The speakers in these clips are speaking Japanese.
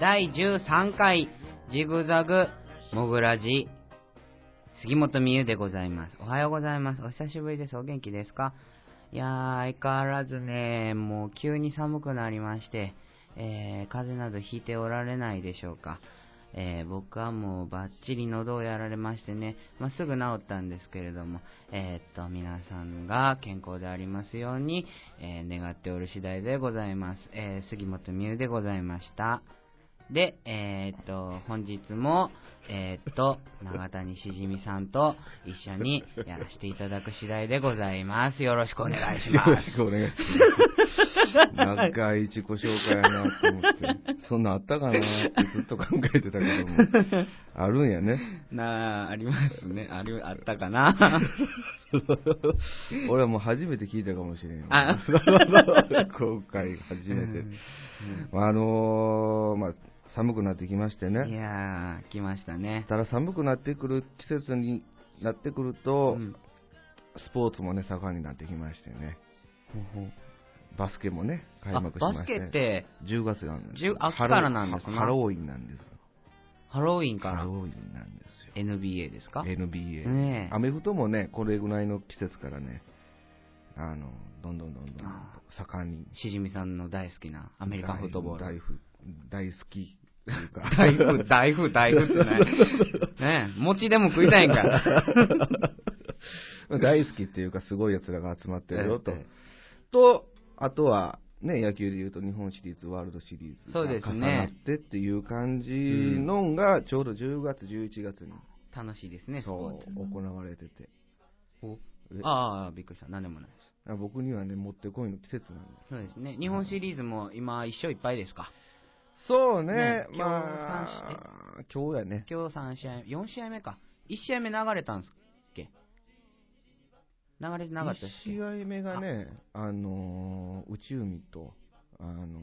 第13回ジグザグモグラジ杉本美優でございますおはようございますお久しぶりですお元気ですかいやー相変わらずねもう急に寒くなりまして、えー、風邪などひいておられないでしょうかえー僕はもうバッチリ喉をやられましてね、まあ、すぐ治ったんですけれども、えーっと、皆さんが健康でありますように、えー願っておる次第でございます。えー杉本美優でございました。で、えーっと、本日も、えーっと、長谷しじみさんと一緒にやらせていただく次第でございます。よろしくお願いしよまろすし。くお願いします。長い自己紹介やなと思って、そんなんあったかなってずっと考えてたけども、あるんやね。 なあ、ありますね。あり、あったかな俺はもう初めて聞いたかもしれんよあ。今回初うめてん。あのー、まあ、寒くなってきましていね。やー、来ましたね。ただ寒くなってくる季節になってくると、うんスポーツもね、盛んになってきましてね。バスケもね、開あ幕しまバして。スケって10月なんです10秋からなんですなハロウィンなんです。ハロウィンかハらロウィンなんですよ。 NBA ですか NBA、ねえアメフトもね、これぐらいの季節からね、あのどんどんどんどんあ盛んに、しじみさんの大好きなアメリカンフットボー大ル。大大好きというか、 大福、大福、大福ってない。ねえ餅でも食いたいんか。 大好きっていうか、すごいやつらが集まってるよとええ、とあとは、ね、野球でいうと、日本シリーズ、ワールドシリーズそうですがね重なってっていう感じのんが、ちょうど10月、11月に、楽しいですね、スポーそツ。う行われてて。おえああ、びっくりした。何でもないです。あ僕にはね、もってこいの季節なんです。そうですね。日本シリーズも今、一勝いっぱいですか。そうね、ねまあ、今日やね。今日3試合、4試合目か。1試合目流れたんですっけ流れてなかったっ一け試合目がね、あのー、内海と、あのー、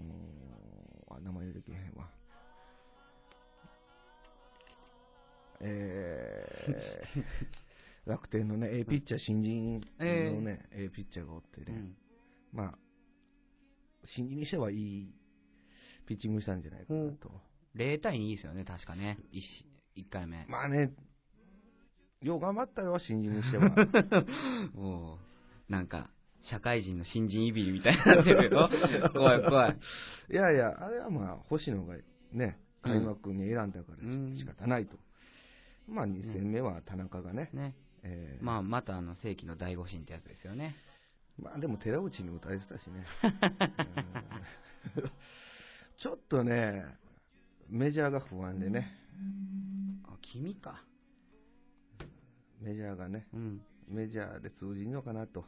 あ、名前出てけへんわ。え ー、楽天のね、A ピッチャー、新人のね、A ピッチャーがおってね、うんまあ、新人にしてはいいピッチングしたんじゃないかなと。 0対2ですよね、確かね。1, 回目。まあね、よう頑張ったよ、新人にしては。おうなんか、社会人の新人いびりみたいになってる よ。怖い怖い。いやいや、あれはまあ、星野がね、うん開幕に選んだからしうん仕方ないと。まあ、2戦目は田中がね、ね。えーままあ、またあの、世紀の第五神ってやつですよね。あでも寺内に打たれてたしね。うんちょっとね、メジャーが不安でね、あ、君か。メジャーがね、うん。メジャーで通じるのかなと、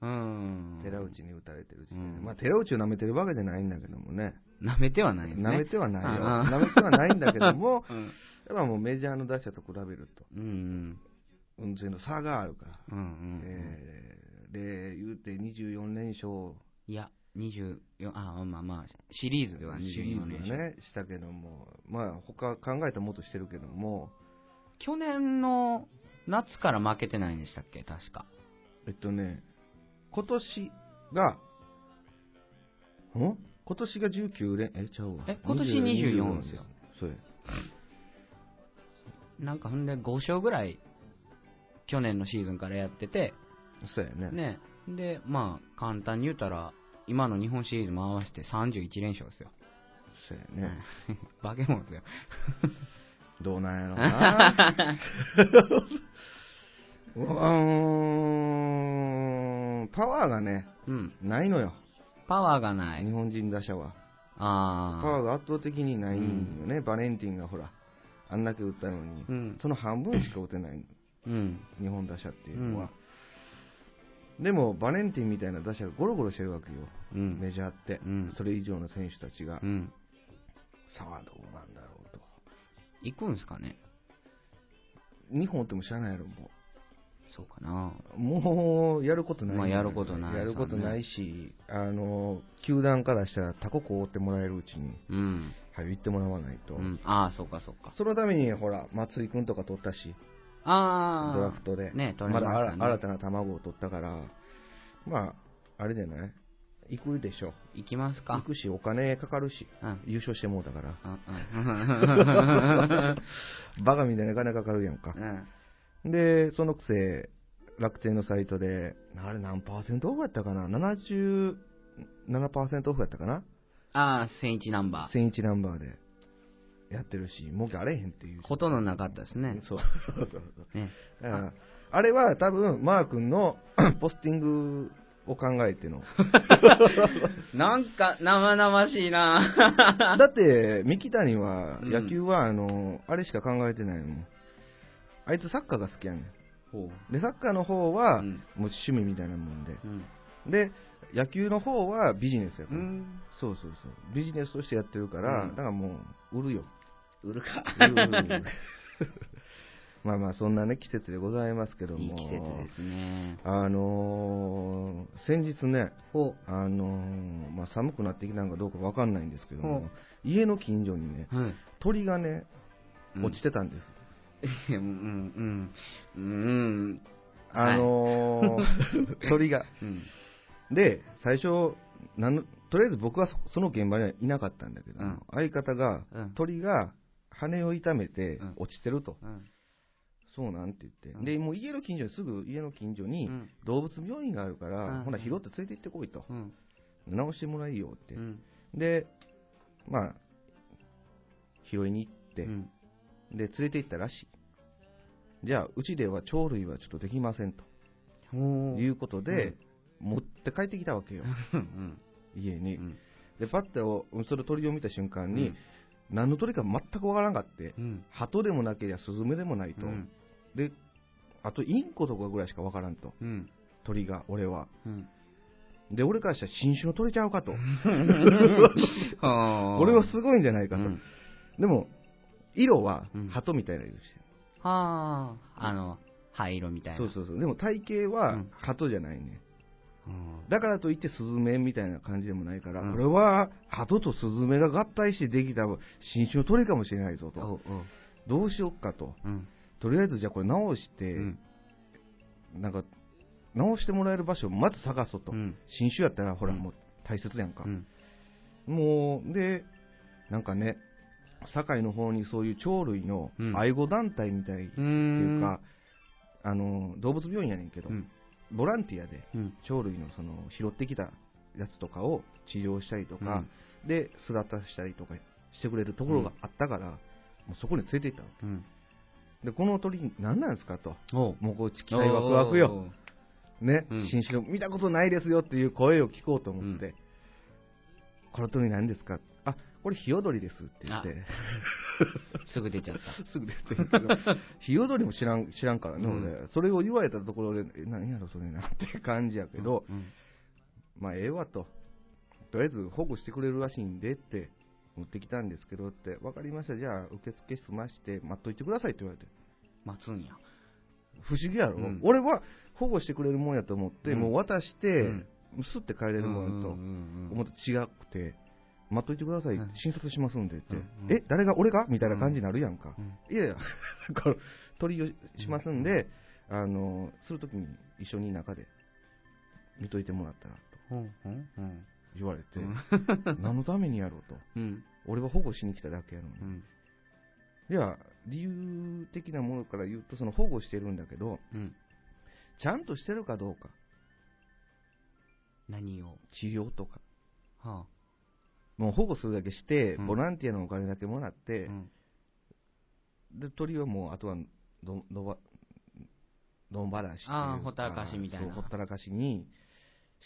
うん。寺内に打たれてる時点で、うんまあ、寺内を舐めてるわけじゃないんだけどもね、舐めてはないですね。舐めてはないよ、ああ舐めてはないんだけども、 うん。やっぱもうメジャーの打者と比べると、うん運勢の差があるから。うん。うんうん。えーで、言うて24連勝、いや、24、あ、まあまあ、シリーズではシリー24ズ連は勝。ね、したけども、まあ、他考えたらもっとしてるけども、去年の夏から負けてないんでしたっけ、確か。えっとね、今年が、ん今年が19連、え、ちゃうわ。え今年24ですよ。そうや。なんかほんで5勝ぐらい、去年のシーズンからやってて、そうやね。ね、で、まあ、簡単に言うたら、今の日本シリーズも合わせて31連勝ですよ。そうや ね。バケモンですよ。どうなんやろう な。うーん、パワーがね、うん。ないのよ。パワーがない。日本人打者は。パワあーが圧倒的にないんよね、バレンティンがほら、あんだけ打ったのに、ー。うん。その半分しか打てない、うん。日本打者っていうのは。でも、バレンティンみたいな打者がゴロゴロしてるわけよ、うん。メジャーって、うんそれ以上の選手たちがう、ん。さあ、どうなんだろうと、行くんすかね2本打ってもしゃあないやろ、もそうかな。う、もうやることない、まあやることないやることないし、あの球団からしたら、他国を追ってもらえるうちに、うん。はい、行ってもらわないと、うん。ああ、そうかそうか。そのために、ほら、松井君とか取ったし。ああ。ドラフトで、ね、取まれだましたね新新たな卵を取ったから、まあ、あれじゃない行くでしょ。行きます行か。くし、お金かかるし、うん優勝してもうたから。うんうん。 バカみたいな金かかるやんか。うんで、そのくせ、楽天のサイトで、あれ何パーセントオフやったかな ?77% オフやったかなああ、千一ナンバー。千一ナンバーでやってるし、儲けあれへんっていう。ほとんどなかったですね。そうそうそうそう。ねだから、あれは多分、マー君の ポスティングを考 えての。なんか生々しいなだって、三木谷は、うん野球は、あの、あれしか考えてないもん。あいつサッカーが好きやねほん。で、サッカーの方は、うんもう趣味みたいなもんで。う。うん。で、野球の方はビジネスやうから。ん。そうそうそう。ビジネスとしてやってるから、うんだからもう、売るよ。売るか。売る売る売る まあまあ、そんなね、季節でございますけども。いい季節ですね。あのー先日ね、ほあのーまあ、寒くなってきたのかどうかわかんないんですけどほもう、家の近所にね、う。はい。鳥がね、うん落ちてたんです。うんうんうんあの ー鳥が。うんで、最初、なんのとりあえず僕はそその現場にはいなかったんだけども、うん相方が、うん鳥が羽を痛めてうん落ちてると、うんそうなんて言って、うんでもう家の近所に、すぐ家の近所にうん動物病院があるから、うんほな、拾って連れて行ってこいと、うん直してもらいよって、うんで、まあ、拾いに行って、うんで、連れて行ったらしい。じゃあ、うちでは鳥類はちょっとできませんとほういうことで、持って帰ってきたわけよ、うん家うに。んで、パッておその鳥を見た瞬間に、うん何の鳥か全くわからんかって、うん鳩でもなけりゃスズメでもないと、うんで、あとインコとかぐらいしかわからんと、うん鳥が、俺は。うんで、俺からしたら新種の鳥ちゃうかと。はあ俺はすごいんじゃないかうと。んでも、色はうん鳩みたいな色してる。はああの灰色みたいなそうそうそう。でも体型うはん鳩じゃないね。うんだからといってスズメみたいな感じでもないから、うんこれは鳩とスズメが合体してできた新種の鳥かもしれないぞと。おうおうどうしよっかと。うんとりあえずじゃあこれ直して、うんなんか、直してもらえる場所をまず探そうと。うん新種やったらほらうんもう大切やんか。うんもう、で、なんかね、堺の方にそういう鳥類の愛護団体みたいってっていいうか、あの動物病院やねんけど、うんボランティアでうん鳥類のその拾ってきたやつとかを治療したりとか、で巣立たしたりとかしてくれるところがあったから、もうそこに連れて行ったのうんでこの鳥何なんですかとおうもうこう期待ワクワクよ、ねうん新種の見たことないですよっていう声を聞こうと思って、この鳥何ですかあこれヒヨドリですって言ってすぐ出ちゃった すぐ出てる けど、ひよどりも知らん知らんからね、うん俺、それを言われたところで、え何やろ、それなって感じやけど、うんまあ、ええわと、とりあえず保護してくれるらしいんでって、持ってきたんですけどって、分かりました、じゃあ、受付済まして、待っといてくださいって言われて、待つんや不思議やろ、うん俺は保護してくれるもんやと思って、うんもう渡して、ううんすって帰れるもんやとうんうんうん思って違くて、待っといてください、うん診察しますんでって、うんうんえ、誰が、俺がみたいな感じになるやんか。うんいやいや、 この鳥をしますんで、あの、するときに一緒に中で見といてもらったらとうんうんうん言われて、う何のためにやろうと。ん俺は保護しに来ただけやのにう。んでは、理由的なものから言うと、その保護してるんだけど、うんちゃんとしてるかどうか、何を治療とか、はあもう保護するだけして、うんボランティアのお金だけもらって、うんで鳥はもう、あとはど、どば、どんばらしっていうあーほったらかしみたいなそうほったらかしに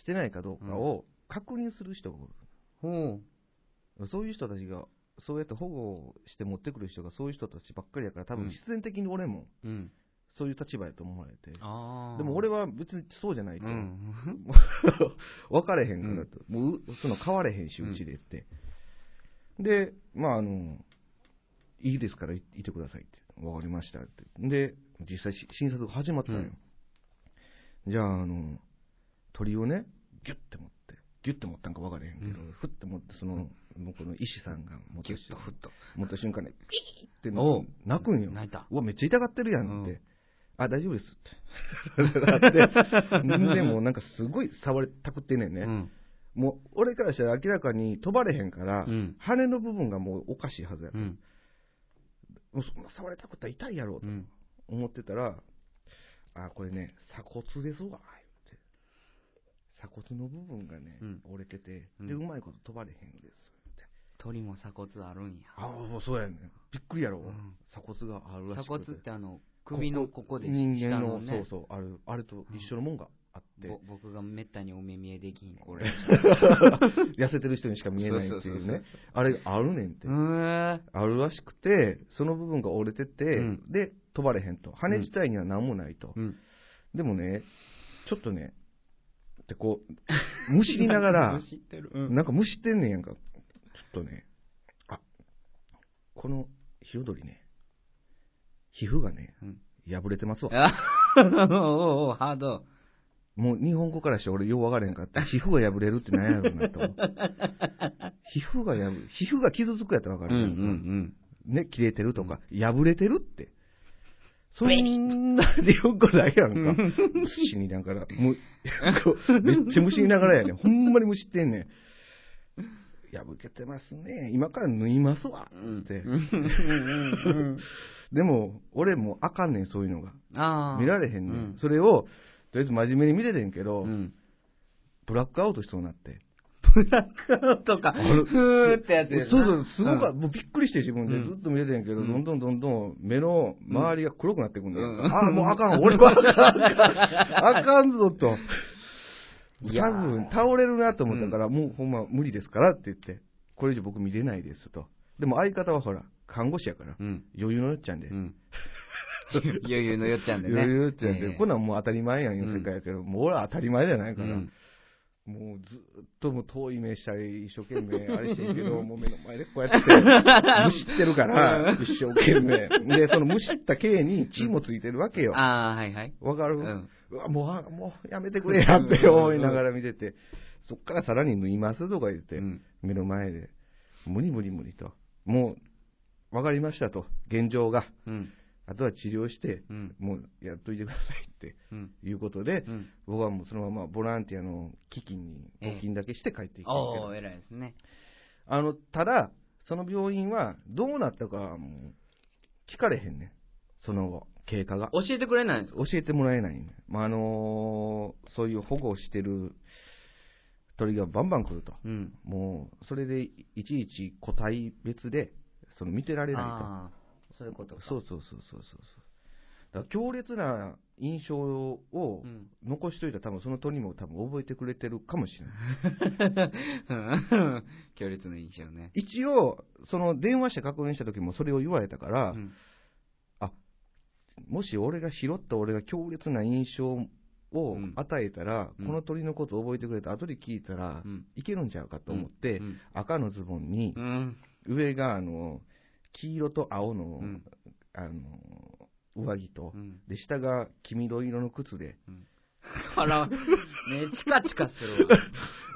してないかどうかを確認する人がおる。ほそういう人たちが、そうやって保護して持ってくる人がそういう人たちばっかりだから、多うん分必然的に俺もううんそういう立場やと思われて、ああでも俺はは別にそうじゃないと、うん 分かれへんからと、もううその変われへんし、うんうちでって。で、まあ、あの、いいですからいいてくださいって、分かりましたって。で、実際し診察が始まったのよ。じゃあ、あの、鳥をね、ギュッて持って、ギュッて持ったんか分かれへんけど、うんふって持って、その、向こうの医師さんが持っギてュッとふっと持った瞬間ね、ピーって なおう泣くんよ。泣いたうわ、めっちゃ痛がってるやんって。うんあ、大丈夫です って。それでなって、でもうなんかすごい触れたくってんねんね。うんもう俺からしたら明らかに飛ばれへんから、うん羽の部分がもうおかしいはずやう、ん。もうそんな触れたことは痛いやろうとん。思ってたら、あこれね、鎖骨ですわ、言うて鎖骨の部分がね、うん折れてて、うんで、うまいこと飛ばれへんです、言うて鳥も鎖骨あるんや。あもうそうやねびっくりやろ、うん鎖骨があるら鎖しく骨ってあの、首のここで人下間の、ね。そうそう、あるあれと一緒のもんがあって、ぼ僕がめったにお目見えできひん、こ れ。痩せてる人にしか見えないってそういそううそうそうね、あれあるねんって。うーん。あるらしくて、その部分が折れてて、うんで、飛ばれへんと。羽自体には何もないと。うん。でもね、ちょっとね、ってこう、むしりながら、知ってる。 うん。なんかむしってんねんやんか。ちょっとね、あ、このヒヨドリね、皮膚がね、うん破れてますわ。あ おうおうハード。もう日本語からして俺よう分からへんかった。皮膚が破れるって何やろうな と思う。皮膚が破れ、皮膚が傷つくやったら分うかるやんか。んね、切れてるとか、破れてるって。そんなでよくないやんか。死にながら。むこうめっちゃむしりながらやねん。ほんまにむしってんねん。破けてますね。今から縫いますわ。うんうん。ってうんうんうんでも、俺もうあかんねん、そういうのが。うん。ああ。見られれへんねん。うんそれを、とりあえず真面目に見ててんけど、うん。 ブラックアウトしそうになって。ブラックアウト か。ふるーってやつやなそうそう、すごか、んもうびっくりして自分でうんずっと見ててんけど、うんどんどんどんどん目の周りが黒くなってくんだうよ。んああ、もうあかん、俺はあかん、あかんぞと。多いやー分倒れるなと思ったから、もうほんま無理ですからって言って、これ以上僕見れないですと。でも相方はほら、看護師やから、うん。余裕のよっちゃんで。うん。余裕のよっちゃんでね。余裕のよっちゃんで、ええこんなんもう当たり前やん、うん世界やけど、もう俺は当たり前じゃないから。うんもうずっともう遠い目したり、一生懸命あれしてるけ ど、もう目の前でこうやって、むしってるから、一生懸命。で、そのむしった毛に血もついてるわけよ。ああ、はいはい。わかる、う。うんわ、もうあ、もうやめてくれやって思いながら見てて、そっからさらに縫いますとか言って、うん目の前で、無理無理無理と。もう、わかりましたと、現状が。うん。あとは治療して、うん。もうやっといてくださいってうん。いうことで、うん。僕はもうそのままボランティアの基金に募金だけして帰ってきたんだけおどお、偉いですね。あのただ、その病院はどうなったかはもう聞かれへんねん、その後、経過が。教えてくれないんですか教えてもらえないねん、まああのーそういう保護をしてる鳥がバンバン来ると、うん。もうそれでいいちいち個体別でその見てられないと。ああ、そういうことか。そうそうそうそうそうそう。だから強烈な印象をうん。残しといたら、多分その鳥も多分覚えてくれてるかもしれない。うん強烈な印象ね。一応、その電話して確認した時もそれを言われたから、うんもし俺が拾った俺が強烈な印象をうん与えたら、うんこの鳥のことを覚えてくれた後で聞いたら、うんいけるんちゃうかと思って、うん赤のズボンにう、ん。上があの黄色と青の,、うんあの上着と、うんで下が黄緑色の靴で、あら、ね、チカチカする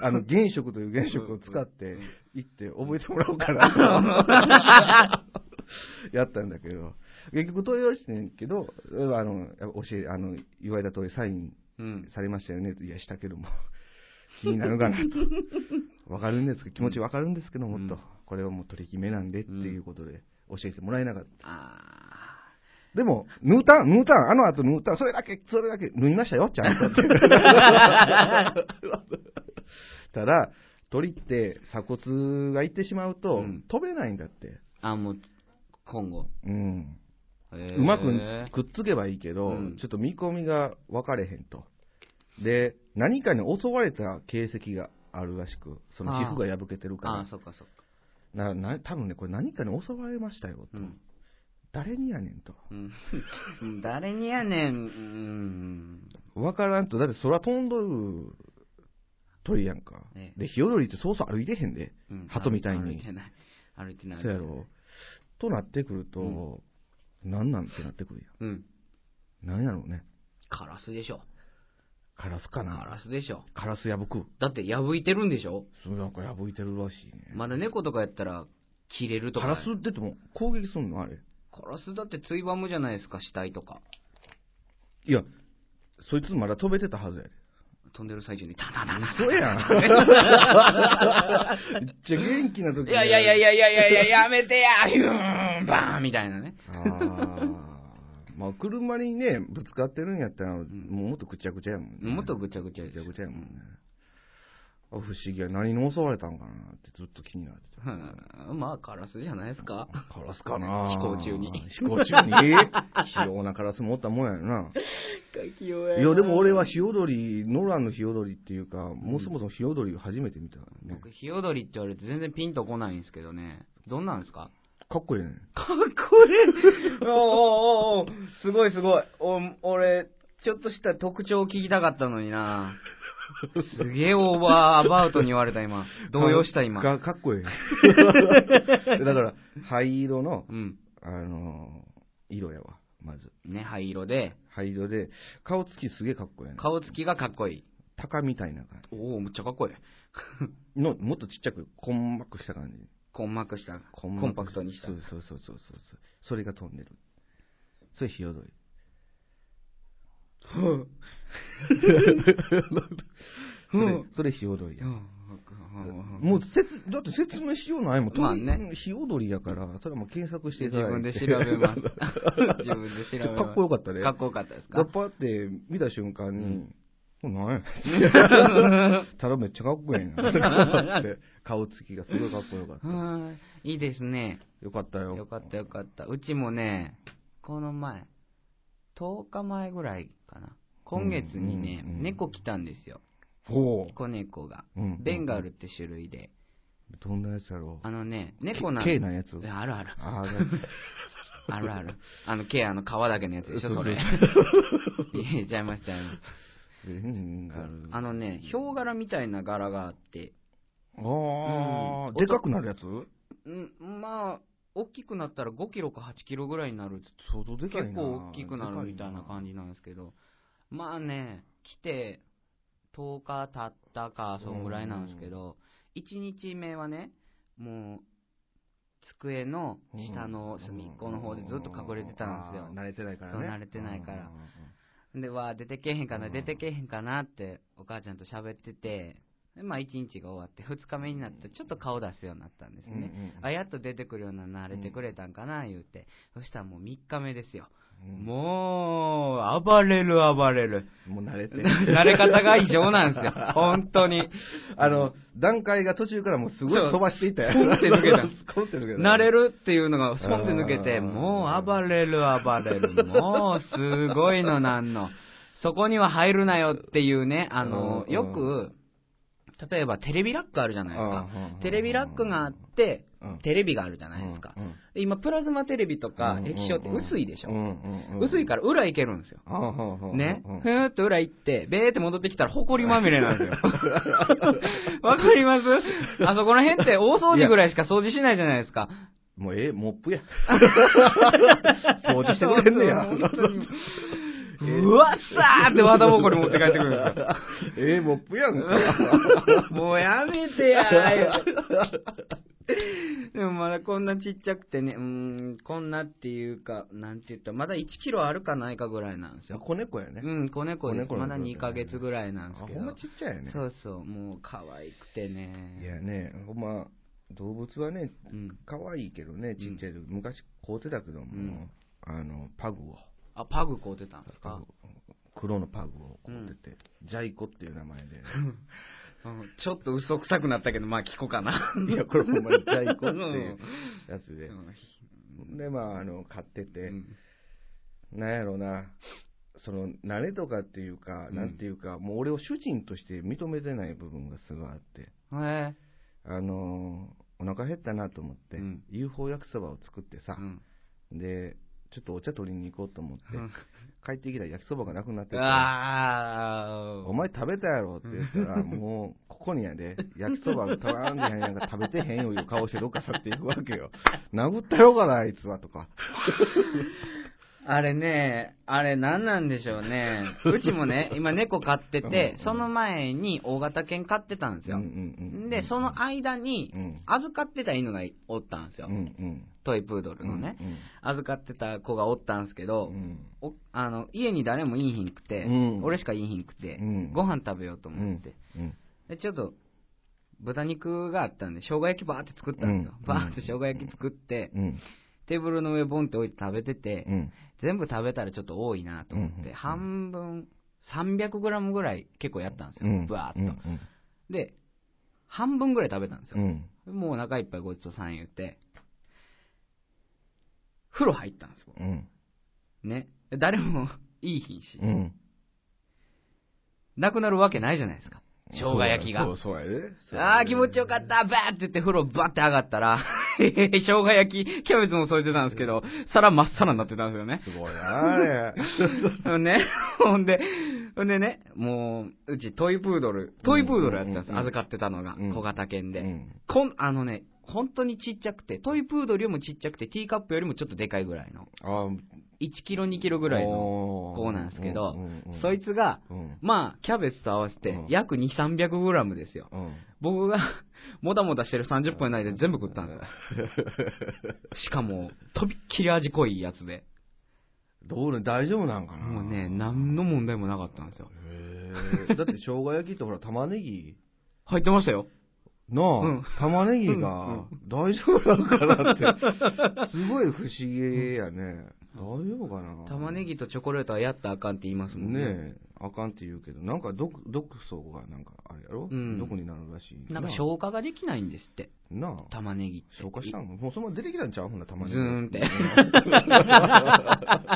わ。あの原色という原色を使ってうんうん、行って覚えてもらおうかな、 やったんだけど、結局問い合わせてんけど、あの教えあの言われた通り、サインうん。されましたよねと、いや、したけども、 気になるかな と、わかるんですけど、気持ちわかるんですけど、もっと、うんこれはもう取り決めなんでっていうことで、教えてもらえなかった。あでも、ヌータン、ヌータン、あの後ヌータン、それだけ、それだけ、縫いましたよ、ちゃん とって。ただ、鳥って鎖骨がいってしまうと、うん飛べないんだって。あ。あ、もう、今後。うん。ううまくくっつけばいいけど、うんちょっと見込みが分かれへんと。で、何かに襲われた形跡があるらしく、その皮膚が破けてるあかあ、そっかそっか。ら、なな多分ね、これ何かに襲われましたよと。うん。誰にやねんと。うん、誰にやねん、うん、わからんと、だって空飛んどる鳥やんか。ねで、ヒヨドリってそうそう歩いてへんで。うん鳩みたいに歩いてない、歩いてない、そうやろ。となってくると、なんなんってなってくるうん、やん。なんやろうね。カラスでしょ、カラスカかな。ラスでしょ、カラス破く。だって破いてるんでしょ、それなんか破いてるらしいね。まだ猫とかやったら、切れるとカか、ラスってでも攻撃すんのあれ。カラスだってついばむじゃないですか、死体とか、いや、そいつまだ飛べてたはずやで。飛んでる最中に、タタタタ 嘘やん。めっちゃ元気な時いやいやいやいやいやいやいや、やめて や、ヒューン、バーンみたいなね。あーまあ、車にね、ぶつかってるんやったら、もうもっとぐちゃぐちゃやもんね。もっとぐぐちゃぐちゃでちゃぐちゃやもんね。あ不思議や。何に襲われたんかなってずっと気になってた。うんまあ、カラスじゃないですか。カラスかな飛行中に飛行中に 器用なカラス持ったもんやろな。いや、でも俺はヒヨドリ、ノランのヒヨドリっていうか、もうそもそもヒヨドリを初めて見た、ね僕、ヒヨドリって言われて全然ピンとこないんですけどね。どんなんですかかっこいいね。かっこいいおおおおすごいすごい。お、俺、ちょっとした特徴を聞きたかったのになすげえオーバーアバウトに言われた今。動揺した今。かかっこいい。だから、灰色の、うん。あのー色やわ、まず。ね、灰色で、灰色で、顔つきすげえかっこいいね。顔つきがかっこいい。鷹みたいな感おおむっちゃかっこいい。じ。の、もっとちっちゃく、こんまくした感じ。困惑した。コこんまンくパクトにしたそ。うそうそうそうそうそう。それが飛んでる。それ、ヒヨドリ。それ、それヒヨドリや。もう説、だって説明しようないもん。まあね。ヒヨドリやから、それはもう検索してい自ただ分いてで調べ ます。自分で調べます。かっこよかったねかっこよかったですだかっぱって見た瞬間に、これなん や。ただめっちゃかっこいい な。って顔つきがすごいかっこよかっうた。ーんいいですね。よかったよ。よかったよかった。うちもね、この前、10日前ぐらいかな。今月にね、うんうんうん猫来たんですよ。ほ子猫が。う。うんベンガルって種類で。どんなやつやろう。あのね、猫なん K なやついやあるある。ああ、あるある。あの、ケアの皮だけのやつでしょ、それ。 言えちゃいましたよね。ベンガル。あのね、ヒョウ柄みたいな柄があって、あうんあ、でかくなるやつうん、まあ、大きくなったら5キロか8キロぐらいになる、相当でかいな。結構大きくなるみたいなじ。感じなんですけど、まあね、来て10日経ったか、そんぐらいなんですけど、1日目はね、もう、机の下の隅っこの方でずっと隠れてたんですよあ。ー慣れてないからね。そう慣れてないからうんうんうんで、わあ、出てけえへんかな、うん出てけえへんかなって、お母ちゃんと喋ってて、でまあ、1日が終わって、2日目になって、ちょっと顔出すようになったんですね。うんうんあ、やっと出てくるような、慣れてくれたんかな、言うて。そしたらもう3日目ですよ。うんもう、暴れる、暴れる。もう慣れてる。 慣れ方が異常なんです よ。本当に。あの、段階が途中からもうすごいそう飛ばしていったやポンって抜けたポンって抜けた。慣れるっていうのが、スポンって抜けあて、ーもう暴れる、暴れる、もうすごいのなんの。そこには入るなよっていうね、あの、うんよく、例えばテレビラックあるじゃないですかうんうんうん。テレビラックがあってうん、テレビがあるじゃないですかうんうん。で今、プラズマテレビとかうんうんうん液晶って薄いでしうんょ。うんうん薄いから裏行けるんですよ。あはんはんねうん、ふーっと裏行って、べーって戻ってきたら、ほこりまみれ なんですよ。わかりますあそこら辺って大掃除ぐらいしか掃除しないじゃないですか。もうええ、モッ プや。掃除してくれんねや。うわっさーって綿ぼこり持って帰ってくるんです よ。ええ、モップやんか。もうやめてやー でもまだこんなちっちゃくてね、うーん、こんなっていうか、なんて言ったらまだ1キロあるかないかぐらいなんですよ。子猫やね。うん、子猫です。子猫のまだ2ヶ月ぐらいなんあですけほど。んまちっちゃいやね。そうそう、もう可愛くてね。いやね、ほんま、動物はね、うん。可愛いけどね、ちっちゃい時、昔買うてたけどうも、んあの、パグを。あ、パグ買うてたんですか。黒のパグを持ってて、ジャイコっていう 名前うんちょっと嘘くさくなったけど、まあ聞こうかな。で、 いや、これほんまにジャイコっていうやつで う、んで、まあ、あの、買ってうて、んなんやろな、その、慣れとかっていうか、うんなんていうか、もう俺を主人として認めてない部分がすごいあって、へあのー、お腹減ったなと思って、うん UFO 焼きそばを作ってえさう、んで、ちょっとお茶取りに行こうと思って、うん帰ってきたら焼きそばがなくなってて、あお前食べたやろって言っ たら、もう、ここにやで、焼きそばたらんでやんやんか食べてへんよいう顔してどっか去っていくわけよ。殴ったようかな、あいつは、とか。ああれね、あれ何なんでしょうね。 うちもね、今猫飼っててうん、その前に大型犬飼ってたんですよ。で、その間にうん、預かってた犬がおったんですよう。んトイプードうルんのね。預かってた子がおったんですけうど、んおあの家に誰もいいひんくて、うん俺しかいいひんくて、うんご飯食べようと思って、うんでちょっと豚肉があったんで生姜焼きバーって作ったんですよ、うんバーって生姜焼き作って、うんテーブルの上ボンって置いて食べてて、うん全部食べたらちょっと多いなと思って、うん半分 300g ぐらい結構やったんですうよ、んブワーっと、うんで半分ぐらい食べたんですうよ、んもうお腹いっぱいごちそうさん言って風呂入ったんですようんね誰も いいひんし、うんなくなるわけないじゃないですか。生姜焼きが。そうそうやでそうやでああ、気持ちよかった、バーって言って風呂バーって上がったら、 生姜焼き、キャベツも添えてたんですけど、皿真っさらになってたんですよね。すごいなあれね、 ほんで、ほんでね、もう、うちトイプードル、トイプードルやってたんです、うんうんうん預かってたのが、うん小型犬で、うんこん。あのね、本当にちっちゃくて、トイプードルよりもちっちゃくて、ティーカップよりもちょっとでかいぐらいの、あ1キロ、2キロぐらいのの子なんですけど、そいつつが、うんまあ、キャベツと合わせてうん、約2、300グラムですよ。うん僕が、 もたもたしてる30分の間で全部食ったんですよ。 しかも、とびっきり味濃いやつで。どうね大丈夫なんかなもうね、何の問題もなかったんですよ。へえだって生姜焼きってほら玉ねぎ入ってましたよ。なあ、うん玉ねぎが大丈夫なのかなって、すごい不思議やね。大丈夫かな玉ねぎとチョコレートはやったらあかんって言いますもんね。ねえ、あかんって言うけど、なんか毒毒素がなんかあれやろ、うん毒になるらしい。なんか消化ができないんですって、なあ玉ねぎって。消化したのもうそのまま出てきたんちゃうほんな玉ねぎ。ズーンってうん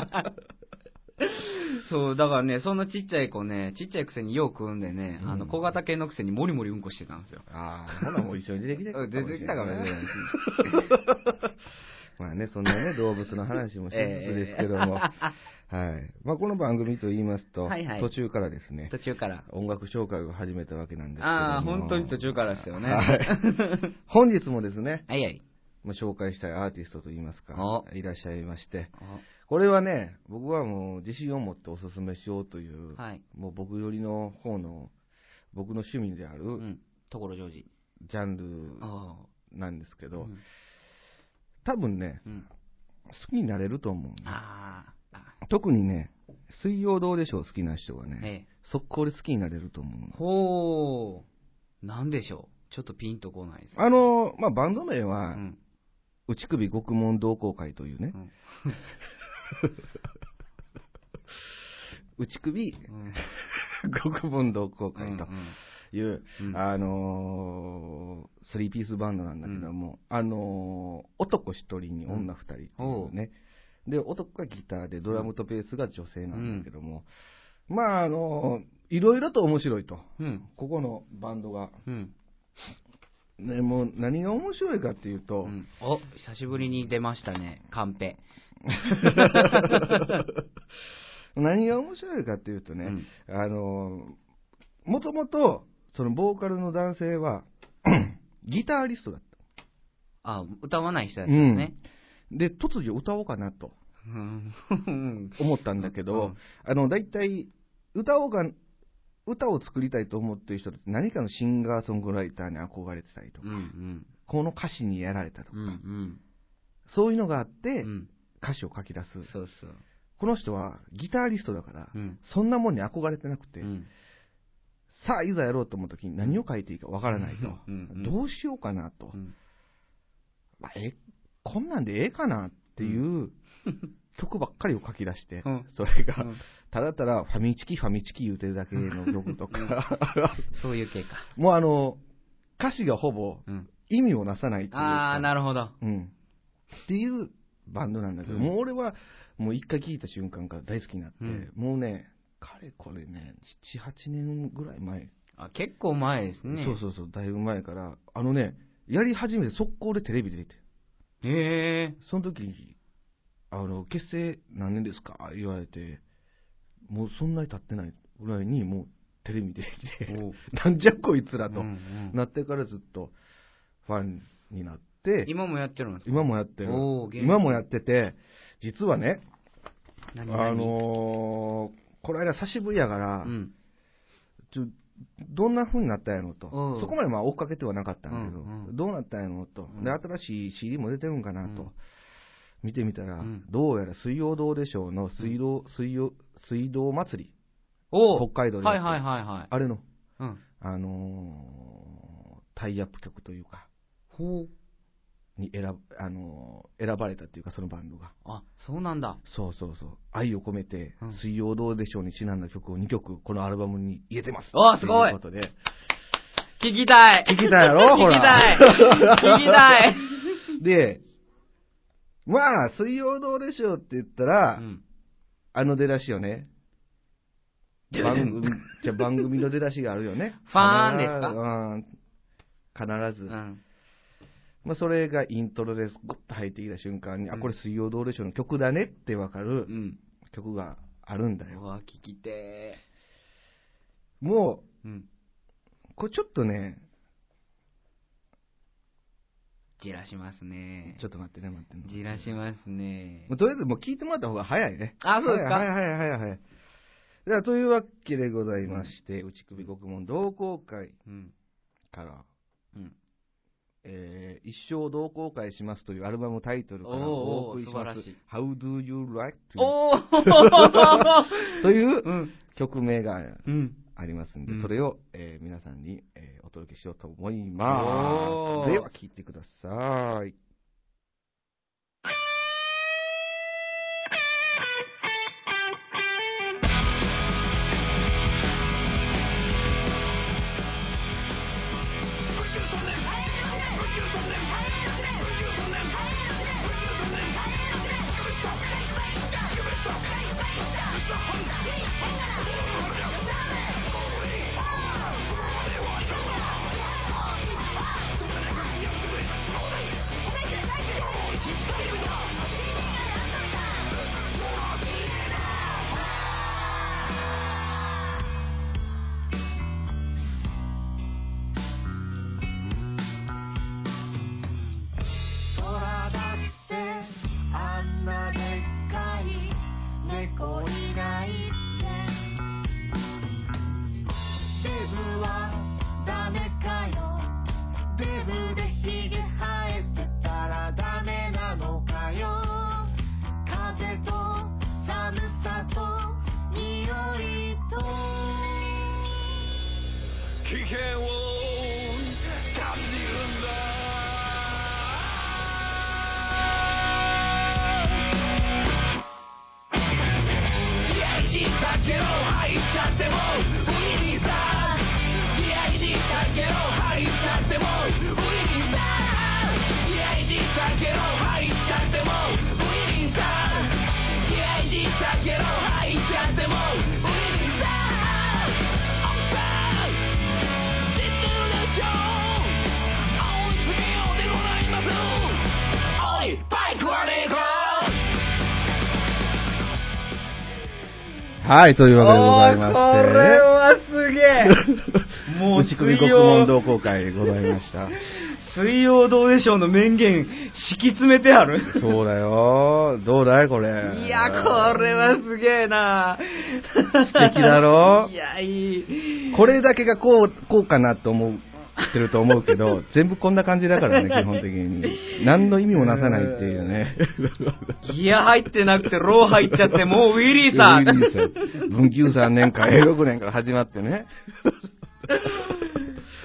そう、だからね、そんなちっちゃい子ね、ちっちゃいくせによう食うんでね、あの、小型犬のくせにもりもりうんこしてたんですよ。 ああ、ほなもう一緒に出てきてうん出てきたかもしれない。 まあね、そんなね、動物の話もしつつですけど も。はい。まあこの番組と言いますと、はいはい途中からですね、 途中から。音楽紹介を始めたわけなんですけどもああ、本当に途中からですよね。 はい本日もですね、はいはい。まあ、紹介したいアーティストといいますかお、いらっしゃいまして、これはね、僕はもう自信を持ってお勧めしようという、はい。もう僕寄りの方の、僕の趣味であうるん。ところジョージ。ジャンルあなんですけあ。ど、多分ね、うん。好きになれると思う。あーあ。特にね、水曜どうでしょう、好きな人はね、ええ。速攻で好きになれると思う。ほう。なんでしょう。ちょっとピンとこないです。あの、まあ、バンド名は、うん。内首獄門同好会というね、うん内首うん獄門同好うん会という、うんあのースリーピースバンドなんだけども、あのー男一人に女二人っていうね、で男がギターでドラムとベースが女性なんだけども、まああのーいろいろと面白いとうん。ここのバンドが、うん。ね、もう何が面白いかっていうと、うんお、久しぶりに出ましたね。カンペ。何が面白いかっていうとね、うんあのもともとそのボーカルの男性は ギタリストだったあ、歌わない人やったんですね。で突如歌おうかなとうん。思ったんだけど、うんあの大体歌おうか歌を作りたいと思ってる人って何かのシンガーソングライターに憧れてたりとうか、ん。この歌詞にやられたとうん。か、うん。そういうのがあって、うん。歌詞を書き出すそうそう。この人はギタリストだから、うん。そんなもんに憧れてなくて、うん。さあいざやろうと思う時に何を書いていいかわからないと、うんうんどうしようかなと、うんまあえこんなんでええかなっていう、 曲ばっかりを書き出して、うんそれが、うんただただファミチキファミチキ言うてるだけの曲と か、そういう系か。もうあの、歌詞がほぼうん。意味をなさないっていうかああ、なるほど。うん、っていうバンドなんだけど、うんもう俺はもう一回聴いた瞬間から大好きになって、うんもうね、かれこれね、7、8年ぐらい前あ結構前ですね。そうそうそう、だいぶ前から、あのね、やり始めて速攻でテレビ出てて、へえ。その時にあの結成何年ですか言われて、もうそんなに経ってないぐらいに、もうテレビ出てきて、おう なんじゃこいつらと、うんうんなってからずっとファンになって、今もやってるんですか今もやってるおー、元気今もやってて、実はね、あ何々のー、この間久しぶりやから、うん。ちょどんな風になったんやろと、うんそこまでまあ追っかけてはなかったんやけど、うんうんどうなったんやろと、うんで新しい CD も出てるんかなと、見てみたら、うんどうやら水曜どうでしょうの水道、水曜水道祭り、お北海道でやっはているはいはいはい。あれの、うん。あのータイアップ曲というか、ほう。に選ばあのー選ばれたというか、そのバンドが。あ、そうなんだ。そうそうそう、愛を込めてうん、水曜どうでしょうにちなんだ曲を2曲、このアルバムに入れてます。おーすごいということで、聞きたい聞きたいやろ、ほ聞きたい聞ら。きたいで、まあ、水曜どうでしょうって言ったら、うん。あの出だしよね。で番 組、じゃあ番組の出だしがあるよね。ファーンですか必ず。うん必ず。うん。まあ、それがイントロです。グッと入ってきた瞬間に、うあ、んこれ水曜どうでしょうの曲だねってわかうるん。曲があるんだうよ。わ、聞きてもー。うん。う、これちょっとね、じらしますね。ちょっと待ってね、待ってね。じらしますねもう。とりあえずもう聞いてもらった方が早いね。あそうですかはいはいはいはいはい。じゃあ、というわけでございまして、内首獄門同好会うん。から、うん。えー一生同好会しますというアルバムタイトルからおーおーお送りしま素す晴らしい。 How do you like to? おーといううん。曲名がうん。ありますんで、うんそれを、えー皆さんに、えーお届けしようと思いまおす。ーでは、聴いてください。空だってあんなでっかい猫いないねデブはダメかよデブでヒゲ生えてたらダメなのかよ風と寒さと匂いと危険を感じるんだ冷やに酒を入っちゃってもウィリーさん冷やに酒を入っちゃってもウィリーさん冷やに酒を入っちゃってもウィリーさん冷やに酒を入っちゃってもウィリーさんおっさん「絶対の熱唱」「青い水曜でございます」「おいバイクはねえか」はい、というわけでございまして。これはすげえ もう内首獄門同好会でございました。水曜どうでしょうの名言敷き詰めてあるそうだよ。どうだいこれ。いや、これはすげえな素敵だろ いや、いい。これだけがこう、こうかなと思ってると思う けど、全部こんな感じだからね、基本的に。何の意味もなさないっていうね。ギア入ってなくて、ロー入っちゃって、 もうウィリーさん。文久3 年か16年から始まってね。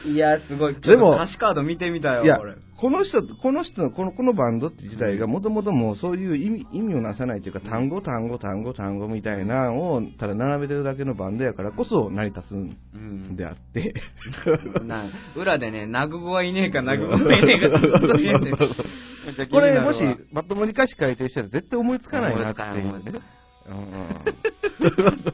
いや、すごい。ででもも、歌詞カード見てみたよ、いやこれ。、この人、この人の、この、このバンドって自体が、もともともうそういう意味、意味をなさないというか、単語、単語、単語、単語みたいなのを、ただ並べてるだけのバンドやからこそ成り立つんうん。であって。 な裏でね、泣く子はいねえか、泣く子はいね えか、ずっと見えてるこれ、もし、まともに歌詞改定したら絶対思いつかないなって思いついかうなねい。うん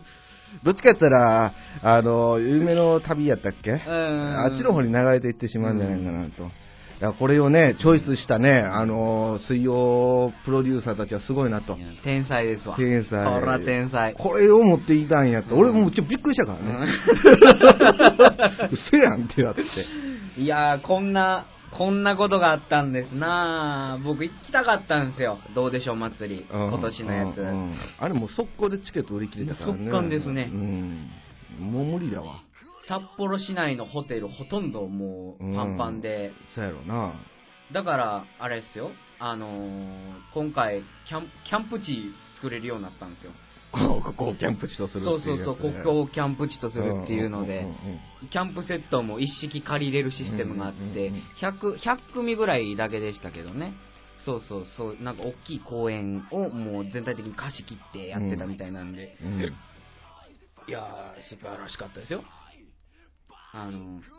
どっちかやったら、あの、夢の旅やったっけあっちの方に流れていってしまうんじゃないかなと。だからこれをね、チョイスしたね、あの、水曜プロデューサーたちはすごいなとい。や天才ですわ。天才。こら天才。これを持っていたんやと。うん俺もちょっとびっくりしたから ね。嘘やんってなって。いやー、こんなこんなことがあったんですなぁ僕行きたかったんですよ。どうでしょう祭り。今年のやつ。うんうんうんあれもう速攻でチケット売り切れたからね。速攻ですねうん。もう無理だわ。札幌市内のホテルほとんどもうんうパンパンで。そうやろうな。だから、あれですよ。あのー今回キャン、キャンプ地作れるようになったんですよ。ここをキャンプ地とするそうそうそう、国境をキャンプ地ととするっていうので、キャンプセットも一式借りれるシステムがあっうんうんうてんうん、 100, 100組ぐらいだけでしたけどね。そうそうそう、なんか大きい公園をもう全体的に貸し切ってやってたみたいなんで、うんうんいやー、素晴らしかったですよ。あの、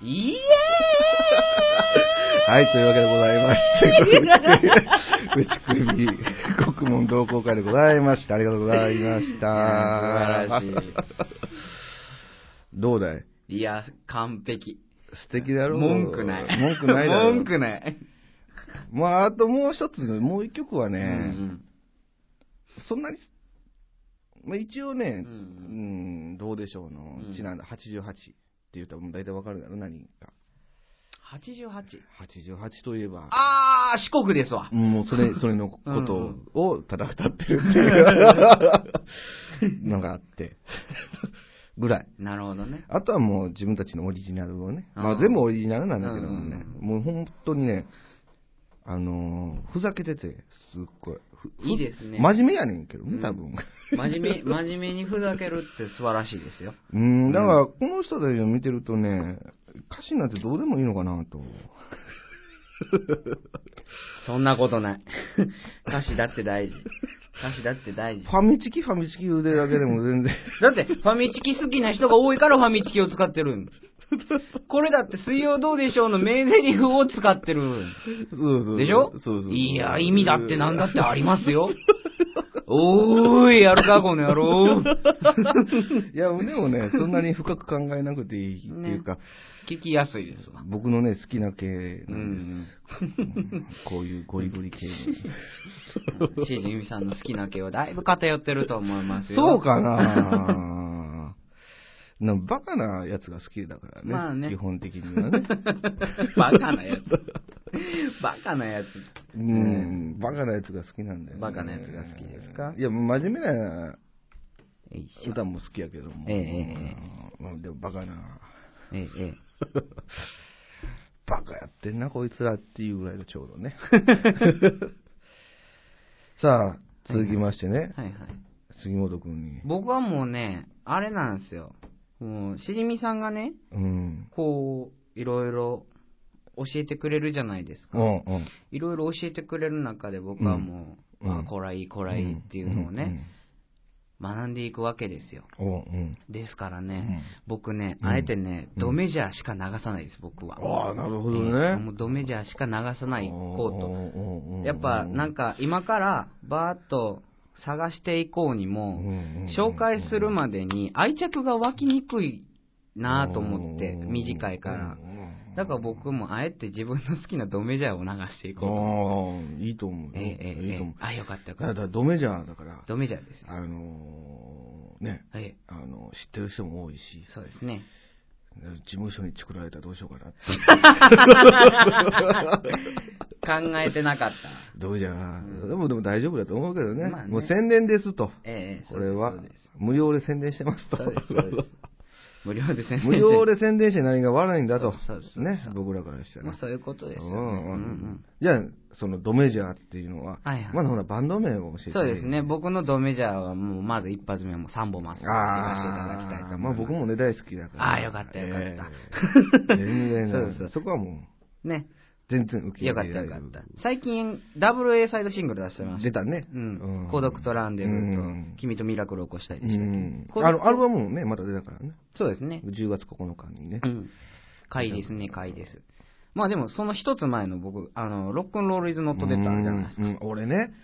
いえ はい、というわけでございまして、 内首国門同好会でございました。ありがとうございましいや素た。晴らしどうだいーいや、完璧。素敵だろう文句ない。文句ないだろ文句ない。まあ、あともう一つ、もう一曲はね、うんそんなに、まあ、一応ね、ううんん、どうでしょうの、うんちなんだ、88って言ったらもう大体わかるだろ、何か。 88? 88といえば、あー、四国ですわ。もう それ、それのこうんとをただ歌ってるって いうのがあって、ぐらい。なるほどね。あとはもう自分たちのオリジナルをね、まうあん全部オリジナルなんだけどもね、うもう本当にね、あのーふざけてて、すっごい。ふふいいですね真面目やねんけどうね、ん多分。真面目、真面目にふざけるって素晴らしいですよ。 うん、だから、この人たちを見てるとね、歌詞なんてどうでもいいのかなと。そんなことない。歌詞だって大事。歌詞だって大事フ。ァミチキファミチキ言うてるだけでも全 然。だって、ファミチキ好きな人が多いからファミチキを使ってるん。これだって水曜どうでしょうの名台詞を使ってる。そうそうそうでしょそうそうそう。いや、意味だってなんだってありますよ。おーい、やるか、この野 郎。 いや、でもね、そんなに深く考えなくていいっていうか、聞きやすいですわ。僕のね、好きな系うなんんです。こういうゴリゴリ系うん。しじみさんの好きな系はだいぶ偏ってると思い ますよ。そうかななんかバカなやつが好きだからね、まあね基本的に はね。 バカなやつ。バカなやつ。うん、バカなやつが好きなんだよね。バカなやつが好きですかいや、真面目なよいしょ歌も好きやけども。えええうんでもバカな。ええ、えバカやってんな、こいつらっていうぐらいがちょうどね。さあ、続きましてね、 え。はいはい。杉本君に。僕はもうね、あれなんですよ。もう、しじみさんがね、うん。こう、いろいろ教えてくれるじゃないですうか。んうん。いろいろ教えてくれる中で僕はもう、うんあこらいい、こらいいっていうのをね、学んでいくわけですよ。うん。うんうん。ですからね、うん僕ね、うんあえてね、うんドメジャーしか流さないです、僕は。ああ、なるほどえーね。もうドメジャーしか流さないコーート。やっぱなんか、か今からバーッと探していこうにうんも、うん紹介するまでに愛着が湧きにくいなぁと思って、うん短いから。だから僕もあえて自分の好きなドメジャーを流していこああ、いいと思うう。と。ええええいいえとえ思う。あ、よかったよだかかっらた。ドメジャーだから、ドメジャーですよ。あのー、ね、ええ、あの知ってる人も多いし、そうですね。事務所に作られたらどうしようかなって。考えてなかっどうじゃな、でもでも大丈夫だと思うけどね、まあねもう宣伝ですと、た。ええええ、これはそうです無料で宣伝してますとそうです。そうですそうです無料で先生。無料で宣伝して何が悪いんだとそうそうそう、ね、僕らからしたらまあ。そういうことですよ、ね。うんうんううんんじゃあ、そのドメジャーっていうのは、はいはいまだほらバンド名を教えてそうですね、僕のドメジャーはもうまず一発目はもうサンボマスターあしていただきたいと思あ、いままあす。僕もね、大好きだから。ああ、よかったよかった。 ええ全然そうなでいすそうですそこはもう、ね、全然受けよか入ったれられよるかった。最近、ダブル A サイドシングル出してまし出た。たね。うん。孤独とランデブうーんと、君とミラクルを起こしたいでうしたっけん。孤独あの、アルバムもね、また出たからね。そうですね。 10月9日にねう。ん。回ですね、回です。まあでも、その一つ前の僕、あの、ロックンロールイズノットデッドあるじゃないですか。うんうん俺ね、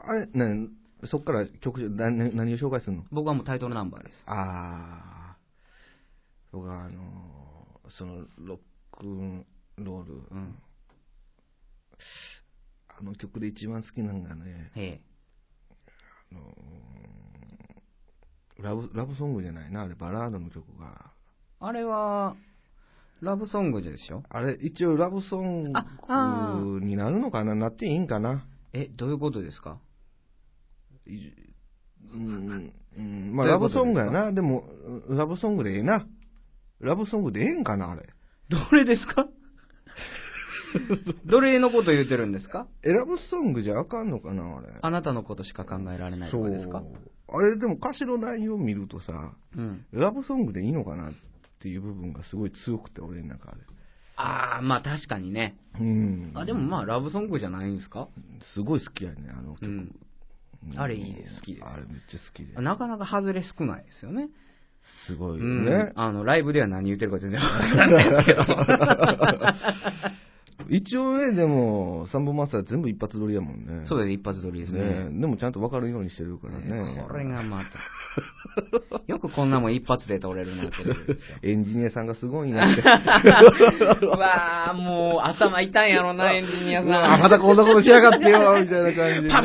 あれ、ね、そっから曲、なな何を紹介するの僕はもうタイトルナンバーです。ああ、僕はあのーそのロックンロール、うん。あの曲で一番好きなのがね、ええ。あのーラブ、ラブソングじゃないな、あれ、バラードの曲が。あれは、ラブソングでしょあれ、一応ラブソンああグになるのかななっていいんかなえ、どういうことですかいうん、うんまあ、どういラうこブとソングやな。でも、うんラブソングでええな。ラブソングでええんかな、あれ。どれです かどれのこと言ってるんですかえ、ラブソングじゃあかんのかな、あれ。あなたのことしか考えられないとかですかあれ、でも歌詞の内容を見るとさ、うん。ラブソングでいいのかなっていう部分がすごい強くて、俺の中で。ああ、まあ確かにね。うん。あ、でもまあラブソングじゃないんですかすごい好きやね、あのう曲。ん。うんあれいいです好きですあれめっちゃ好きで。なかなか外れ少ないですよね。すごういよん。ね。あの、ライブでは何言ってるか全然わからないですけ ど。一応ね、でも、サンボマスター全部一発撮りやもんね。そうです、一発撮りですね。でもちゃんと分かるようにしてるからね。ねこれがま た。よくこんなもん一発で撮れるなってことですよ。エンジニアさんがすご いなって。うわあ、もう頭痛いんやろな、エンジニアうさわん。またこんなことしやがってよ、みたいな感じで。パ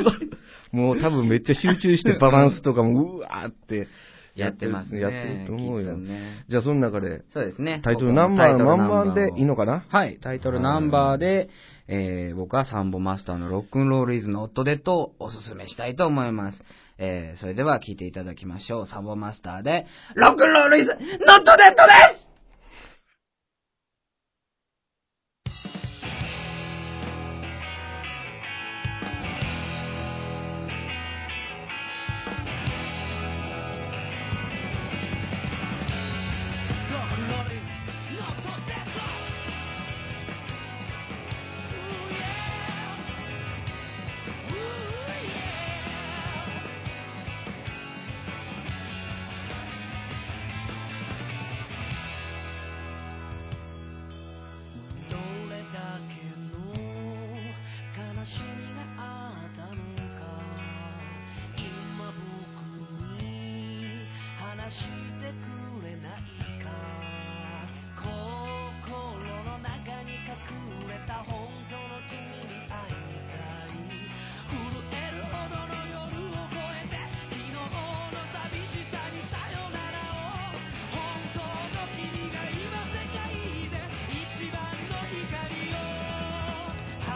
パ もう多分めっちゃ集中してバランスとかもうわーってやってますね。やってると思うきっよと。ねじゃあその中でそうですね。タイトルナンバー僕のはまんまんタイでトルナンバーをいいのかなはい、タイトルナンバーで、えー、僕はサンボマスターのロックンロールイズノットデッドをおすすめしたいと思います。えー、それでは聴いていただきましょう。サンボマスターで、ロックンロールイズノットデッドですどれだけの悲しみがあったのか今僕に話してくれないか心の中に隠れた本当の君に会いたい震えるほどの夜を越えて昨日の寂しさにさよならを本当の君が今世界で一番の光を放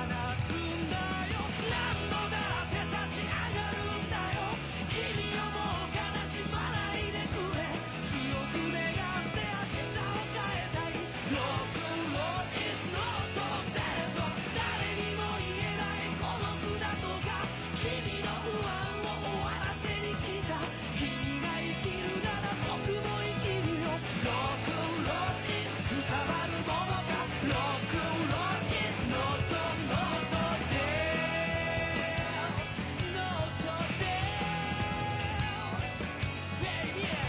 つんだよ何度だって立ち上がるんだよ君をもう悲しまないでくれ強く願って明日を変えたい Rock and roll is not so sad 誰にも言えない孤独だとか君の不安を終わらせに来た君が生きるなら僕も生きるよ Rock and roll is くたばるものか Rock and roll is not so not so dead not so dead yeah yeah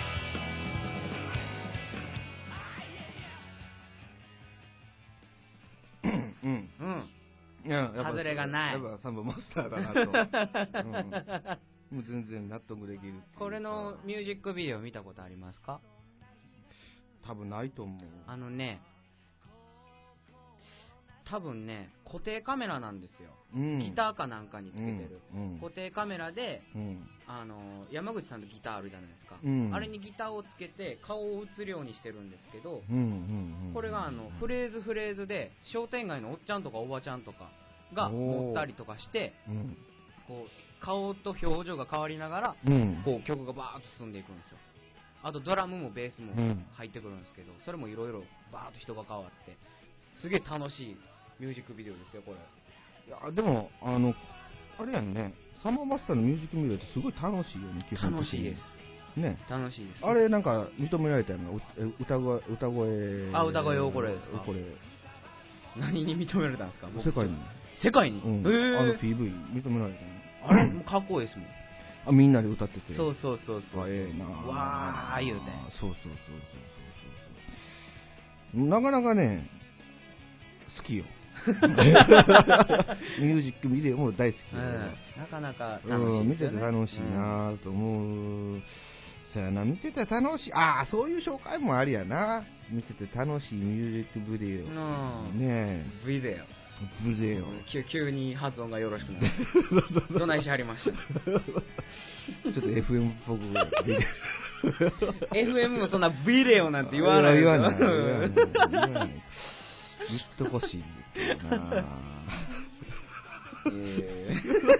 うん。うん。いや、やっぱ外れがないやっぱサンボマスターだなと。うん、もう全然納得できるっていうか これのミュージックビデオ見たことありますか多分ないと思う。あのね、多分ね、固定カメラなんですよ。うんギターかなんかにつけてる。うん。固定カメラで、うん。あの山口さんのギターあるじゃないですか、うんあれにギターをつけて顔を映るようにしてるんですけど、うん。うん。うんこれがあのフレーズフレーズで商店街のおっちゃんとかおばちゃんとかがおー持ったりとかしてうん。こう顔と表情が変わりながらうん。こう曲がバーッと進んでいくんですよあとドラムもベースもうん入ってくるんですけど、それもいろいろバーッと人が変わってすげえ楽しいミュージックビデオですよこれいや、でも、あの、あれやんね、サンボマスターのミュージックビデオってすごい楽しいよね、基本楽的しいにです。ね。楽しいですあれ、なんか、認められたよね。う歌声、歌声。あ歌声をこれですかこれ。何に認められたんですか僕世界に。世界に、うん。へーあの PV 認められたね。あれ、もうかっこいいですもん。あ、みんなで歌ってて。そうそうそうそう。わええなわー言うてそうそうそうそうそうそうなかなかね好 きよミュージックビデオも大好きうよ、ん、なかなか楽うしいんで見すてよてね。楽しいなと思う、そやな見てて楽しいああそういう紹介もありやな見てて楽しいミュージックビデうオ、ん。ねえビデ無勢よ。急急に発音がよろしくなる。どないしはりました。ちょっと FM っぽくできる。 FM もそんなビデオなんて言わないで言わない。し言ょわない。言わないずっと欲しいんだ よなそうか。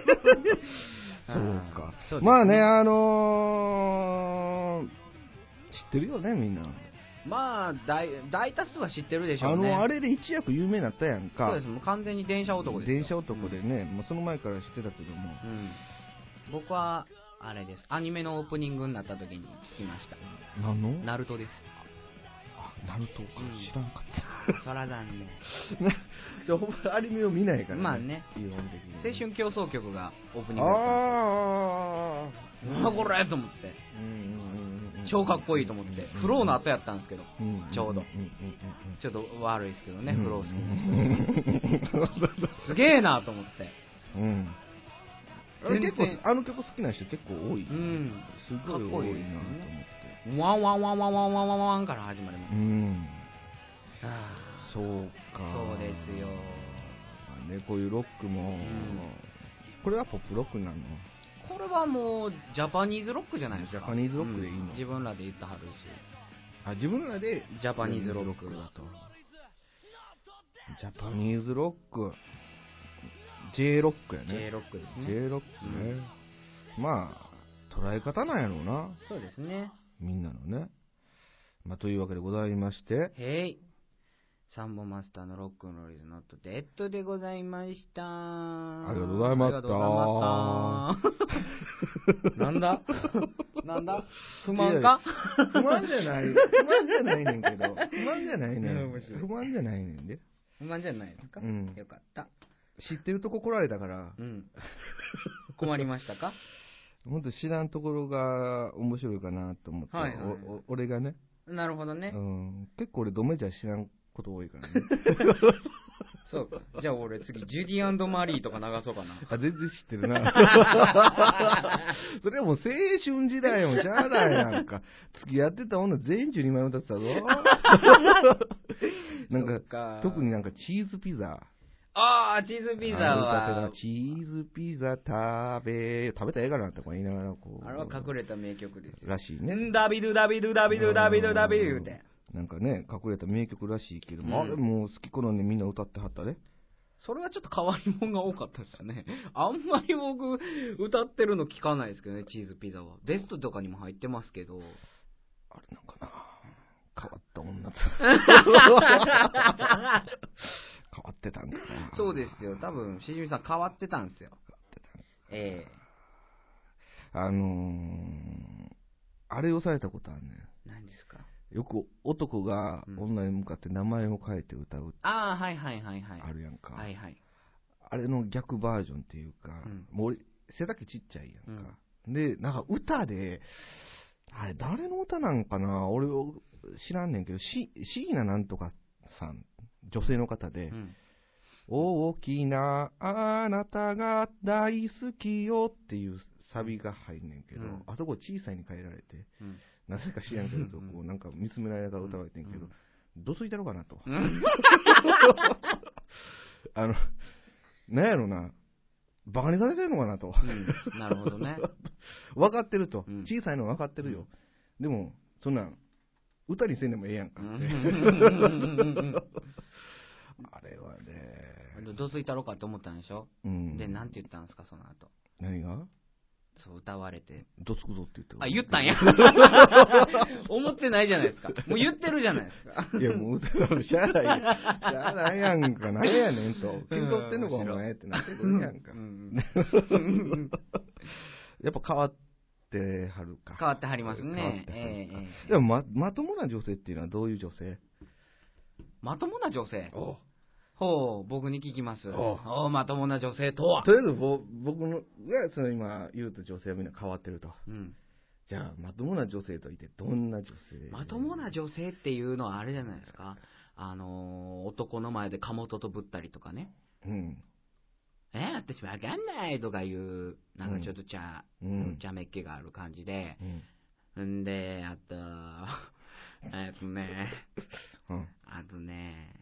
そうですねまあね、あのー、知ってるよね、みんな。まあ大、大多数は知ってるでしょあうね。の、あれで一躍有名になったやんか。そうです。もう完全に電車男ですよ。電車男でね、もうその前から知ってたけども、うん。僕は、あれです。アニメのオープニングになった時に聞きました。何のナルトです。あナルトかうん知らんかっ そら残念。た。なちょほんまアニメを見ないからまあね。基本的に。青春競争曲がオープニングだったんであすよーあー。なんだこれと思って。うんうんうんうん超かっこいいと思って。フローの後やったんですけど。んちょうどんんんちょっと悪いですけどね、うんフロー好きな人うんすげえなと思って。 うん。全然結構、あの曲好きな人結構多い。うん。すかごいっ多こいいいなですねと思って。ワンワンワンワンワンワンワンワンから始まりまうす。ん。あそうか。そうですよ。まあね、こういうロックも、んこれはポップロックなのーこれはもう、ジャパニーズロックじゃないですか。ジャパニーズロックでいいのうん自分らで言ったはるし。あ自分らでジャパニーズロックだとジャパニーズロック J ロックや J ねロックですね。 J ロックね、まあ捉え方なんやろうなそうですね。みんなのねまあというわけでございましてへい。サンボマスターのロックンロールイズノットデッドでございました。ありがとうございましたりがとうございましたなん だなんだ不満かいや不満じゃない不満じゃないねんけど不満じゃないねいやん面白い不満じゃないねんで不満じゃないですか、うんよかった。知ってるとこ来られたからうん。困りましたかほんと知らんところが面白いかなと思って、はいはいはいおお俺がねなるほどねう。ん、結構俺ドメジャー知らんこと多いからね そうか。じゃあ俺次、ジュディマリーとか流そうかな。あ全然知って るなそれはもう青春時代もしゃあないやんか付き合ってた女全員12枚歌っ てたぞなんそかっか特になんかチーズピザああ、チーズピザあ歌っはてた。チーズピザ食べ食べたらええかなとか言いながらこうあれは隠れた名曲ですよ。らしいねね、ダビドゥダビドゥダビドゥダビドゥダビドゥって。なんかね隠れた名曲らしいけども、うんあれもう好き好んでみんな歌ってはったねそれはちょっと変わり者が多かったですよね。 あんまり僕、歌ってるの聞かないですけどね、チーズピザは。ベストとかにも入ってますけど。あれなんかな変わった女 と変わってたんかなそうですよ。多分、しじみさん変わってたんですよ。えあのー、あれをされたことあるねえ何ですかんよく男が女に向かって名前を変えて歌うああ、はいはいはいはい。あるやんか、はいはい。あれの逆バージョンっていうか、うんもう俺背丈ちっちゃいやんか、でなんか歌であれ誰の歌なんかな俺を知らんねんけどし椎名なんとかさん女性の方で、うん。大きなあなたが大好きよっていうサビが入んねんけど、うんあそこ小さいに変えられて、うんなぜか知らんけど、こうなんか見つめられながら歌われてんけど、どついたろかなと。あの、なんやろな、バカにされてんのかなと。うんなるほど ね。分かってると、うん小さいの分かってるよ。でも、そんなん、歌にせんでもええやんうか。んあれはね、どついたろかって思ったんでしょうん。で、なんて言ったんですか、その後。何がそう、歌われて。どつくぞって言ってあ、言った んや。思ってないじゃないですか。もう言ってるじゃないですか。いや、もう、しゃあないよ。しゃあない やんか、なんやねんと。喧嘩売ってんのか、お前ってなってくるやんかう。んうんやっぱ変わってはるか。変わってはります変わっね。てはるかええええでもま、まともな女性っていうのはどういう女性まともな女性。おほう、僕に聞きます。おおうまともな女性とはと。りあえずぼ、僕の、が、その今、言うと女性はみんな変わってると。うんじゃあ、まともな女性といて、どんな女性まともな女性っていうのはあれじゃないですか。あのー男の前でカモトとぶったりとかね。うん。えー私わかんないとかいう、なんかちょっとちゃ、ううんん、ちゃめっ気がある感じでう。ん。んで、 あと、えっとね、うん。あとね、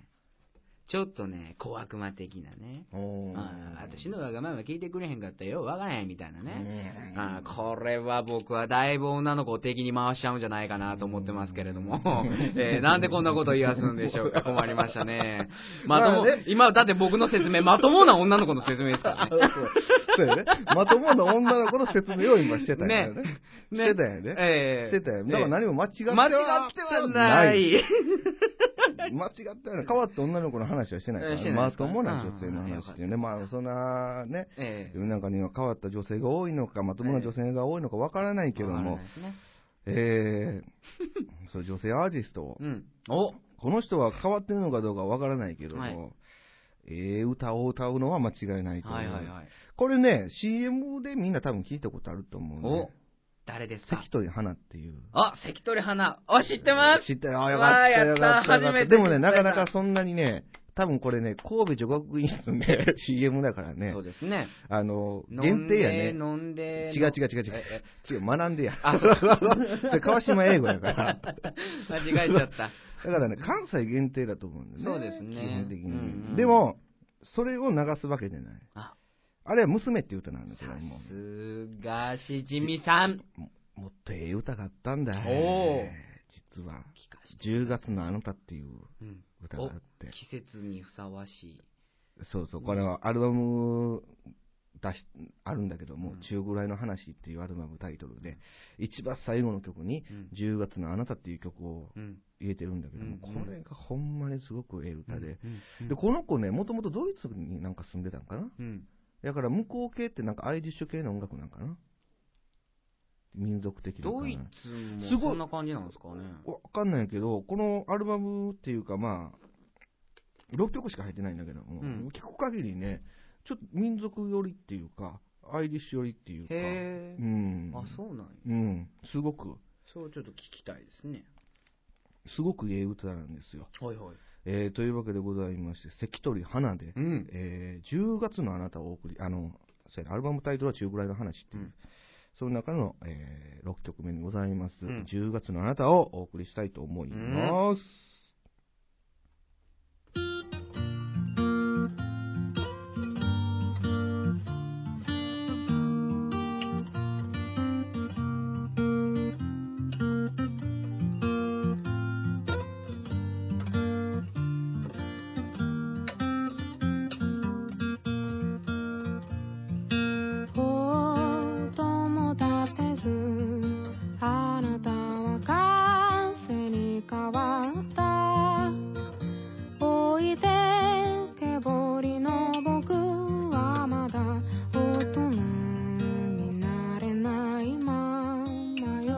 ちょっとね、小悪魔的なね。おーあー私のわがまま聞いてくれへんかったらよ、わからへんみたいなね。ねあーこれは僕はだいぶ女の子を敵に回しちゃうんじゃないかなと思ってますけれども、 えーなんでこんなこと言い出すんでしょうか、困りましたね。 まとも、まあね今、だって僕の説明、まともな女の子の説明ですからね。そうやね。まともな女の子の説明を今してたんやね。ねしてたんやね。ええしてたんやね。だから何も間違っては間違ってはない。。間違ってはない。変わった女の子の話はしてないから、ええしてね、ないまですかともな女性の話っていうね。まあ、そんなね、ええ世の中には変わった女性が多いのか、まともな女性が多いのかわからないけどわからもない、ですねえー、そう女性アーティストを、うん。おこの人は変わってるのかどうかわからないけども、はいええ歌を歌うのは間違いないと思うはいはいはい。これね、CM でみんな多分聞いたことあると思うおね。誰ですか関取花っていう。あ、関取花。あ、知ってます知ってるあ、よかった、うわーやよったかった、よ初かった。めてでもね、知っなたかなかそんなにね、多分これね、神戸女学院のね、CM だからねそう、ですね。あの、飲限ん定やで、ね。飲んで。違う違う違う違ええう。違う、学んでや。 それ川島英語やから。間違えちゃった。だからね、関西限定だと思うんだよね。そうですね基本的に。うんうんでも、それを流すわけじゃない。ああれは娘っていう歌なんだけどさも、すがしじみさん。もっとええ歌があったんだ。おー実は、聞かして10月のあなたっていううん歌があって、季節にふさわしい。そうそう、これはアルバム出し、あるんだけども、うん中ぐらいの話っていうアルバムタイトルで、一番最後の曲にうん、 10月のあなたっていう曲をうん。入れてるんだけども、うんうんこれがほんまにすごくええ歌で、うんで、この子ね、もともとドイツになんか住んでたんかな。うん。だから向こう系ってなんかアイリッシュ系の音楽なんかな。民族的なド感じイツすもごいそんな感じなんですかね。わかんないけど、このアルバムっていうか、まあ、6曲しか入ってないんだけども、うん聞く限りね、ちょっと民族寄りっていうか、アイリッシュ寄りっていうか、へうえ。ん、あ、そうなんや。うん、すごく、そうちょっと聞きたいですね。すごくええ歌なんですよ。はいはい。えーというわけでございまして、関取花で、うん。えー10月のあなたをお送り、あの、そうやねアルバムタイトルは中ぐらいの話っていう、うんその中の、え6曲目にございます、うん10月のあなたをお送りしたいと思います。音も立てずあなたは風に変わった置いてけぼりの僕はまだ大人になれないままよ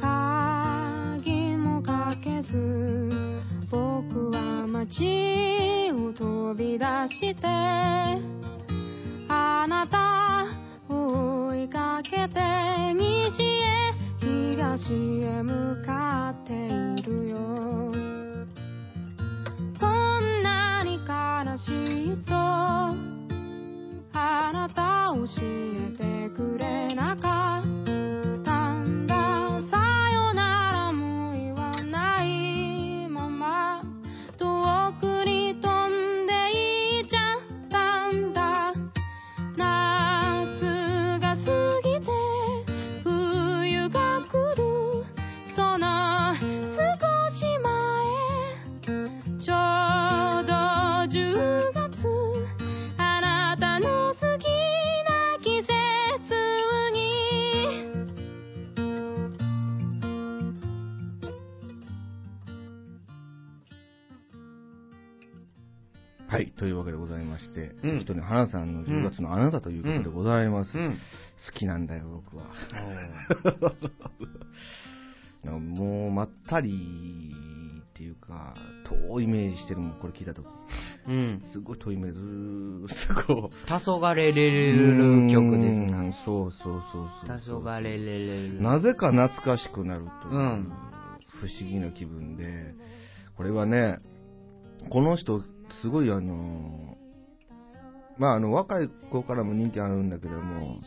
鍵もかけず僕は街を飛び出してあなたを追いかけて西へ東へ向かっているよこんなに悲しいとあなた教えてくれなかったんださよならも言わないまま遠くに飛んでいっちゃったんだ夏が過ぎて冬が来るその少し前ちょうど10月あなたの好きな季節にはい、というわけでございまして、うん関取花さんの10月のあなたということでございます。うん。好きなんだよ、僕は。 もう、まったりっていうか、遠いイメージしてるもん、これ聞いたとき。うん。すごい遠いイメージ、ずーっとこう。黄昏れれる曲ですね。ね。そうそうそう黄そうそう。昏れれる。なぜか懐かしくなるという、うん不思議な気分で、これはね、この人、すごいあの、まあ、あの若い子からも人気あるんだけども、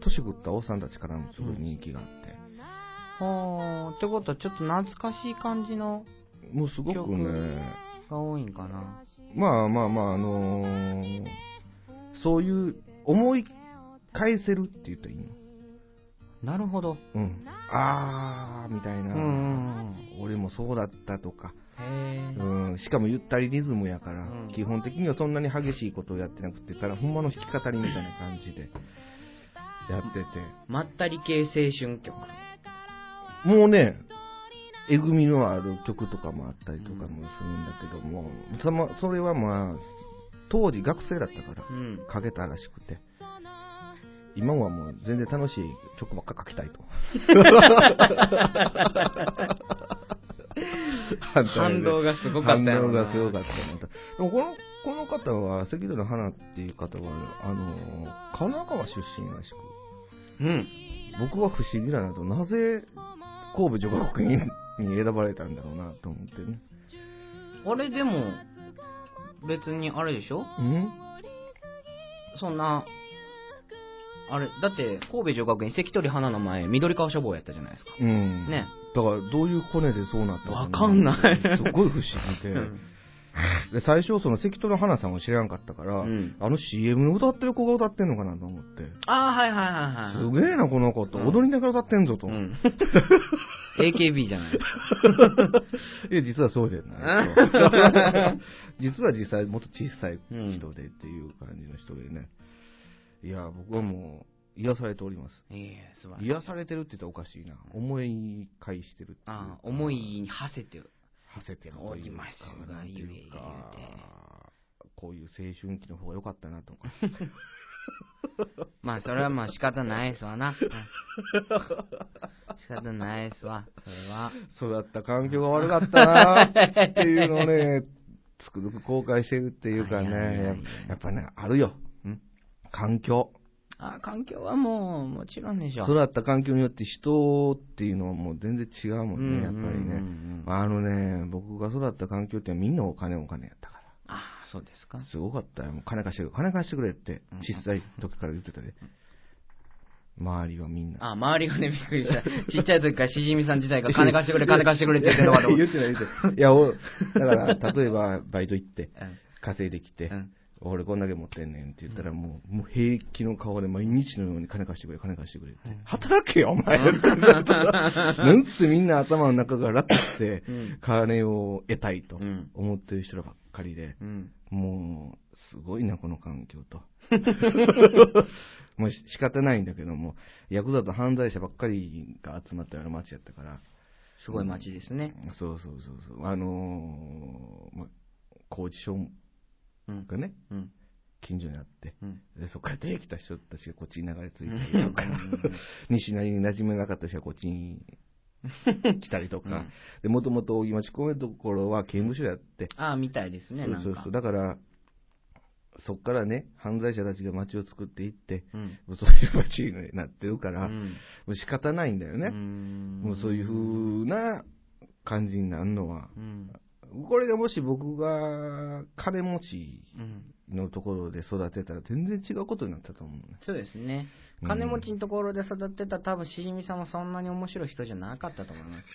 年食ったおっさんたちからもすごい人気があって、ほーってことはちょっと懐かしい感じのもうすごくね、が多いんんかな。まあまあまあ、あのーそういう思い返せるって言ったらいいの。なるほど。うん。あー、みたいな。うんうんうん俺もそうだったとか。へえ。うん、しかもゆったりリズムやから、うん基本的にはそんなに激しいことをやってなくて、ただほんまの弾き語りみたいな感じでやってて。まったり系青春曲。もうね、えぐみのある曲とかもあったりとかもするんだけども、そのそれはまあ、当時学生だったからう、ん。かけたらしくて。今はもう全然楽しい曲ばっか書きた いと。反動がすごかったよな反動がすごかったよなでもこの、この方は、赤道の花っていう方は、あの、神奈川出身らしく、うん。僕は不思議だなと、なぜ神戸女学院に選ばれたんだろうなと思ってね。あれでも、別にあれでしょうんそんな、あれ、だって、神戸女学院関取花の前、緑川書房やったじゃないですか。うん。ね。だから、どういうコネでそうなったわかんないすごい不思議で。うんで最初、その関戸の花さんを知らんかったから、うんあの CM の歌ってる子が歌ってんのかなと思って、ああ、はいはいはいはい。すげえな、この子と、うん踊りながら歌ってんぞと、う いん。AKB じゃない。や、実はそうじ ゃない。 実は実際、もっと小さい人でっていう感じの人でね、いや、僕はもう、癒されております。いやいや、素晴らしい。癒されてるって言ったらおかしいな。思い返してるっていうかああ、思い。に馳せてる。はせてるというか、おりますがなんていうゆえかゆえで、こういう青春期の方が良かったなとか。 まあ、それはまあ仕方ないです わな。うん仕方ないですわ、それは。育った環境が悪かったなーっていうのをね、つくづく後悔してるっていうかね、いやいやいやいややっぱね、あるよ。うん環境。あ環境はもう、もちろんでしょ。育った環境によって人っていうのはもう全然違うもんね、やっぱりうんうんうんね。うんあのね、僕が育った環境ってみんなお金お金やったか。。ああ、そうですからすごかったよ。もう金貸してくれ、金貸してくれって、小さい時から言ってたで。周りはみんな。あ、周りがね、びっくり した。ちっちゃい時からしじみさん自体が金貸してくれ、金貸してくれって言ってんのかと思っ 言てってない、言ってない。いや、おだから、例えば、バイト行って、稼いできて、うん俺こんだけ持ってんねんって言ったら、もう、もう平気の顔で毎日のように金貸してくれ、金貸してくれって。働けよ、お前って言ったら。なんつみんな頭の中が楽して、金を得たいとうん思ってる人らばっかりで、うん。もう、すごいな、この環境と。もうし仕方ないんだけども、ヤクザと犯罪者ばっかりが集まったような街やったから、すごい街ですね。そうそうそうそう、あのーま、拘置所うん。がね、うん。近所にあって、うんでそこから出てきた人たちがこっちに流れ着いたりとかうんうんうん、 西成に馴染めなかった人がこっちに来たりとか、でもともと大木町公園のところは刑務所やって、ああ、みたいですね、なんそうかそうそう、。だから、そこからね、犯罪者たちが街を作っていって、うん。そういう街になってるかうら、もんう仕方ないんだよね。うんもうそういう風な感じになるのは。うん。これがもし僕が金持ちうん。のところで育てたら全然違うことになったと思うね。そうですね。うん金持ちのところで育ってた多分しじみさんはそんなに面白い人じゃなかったと思います。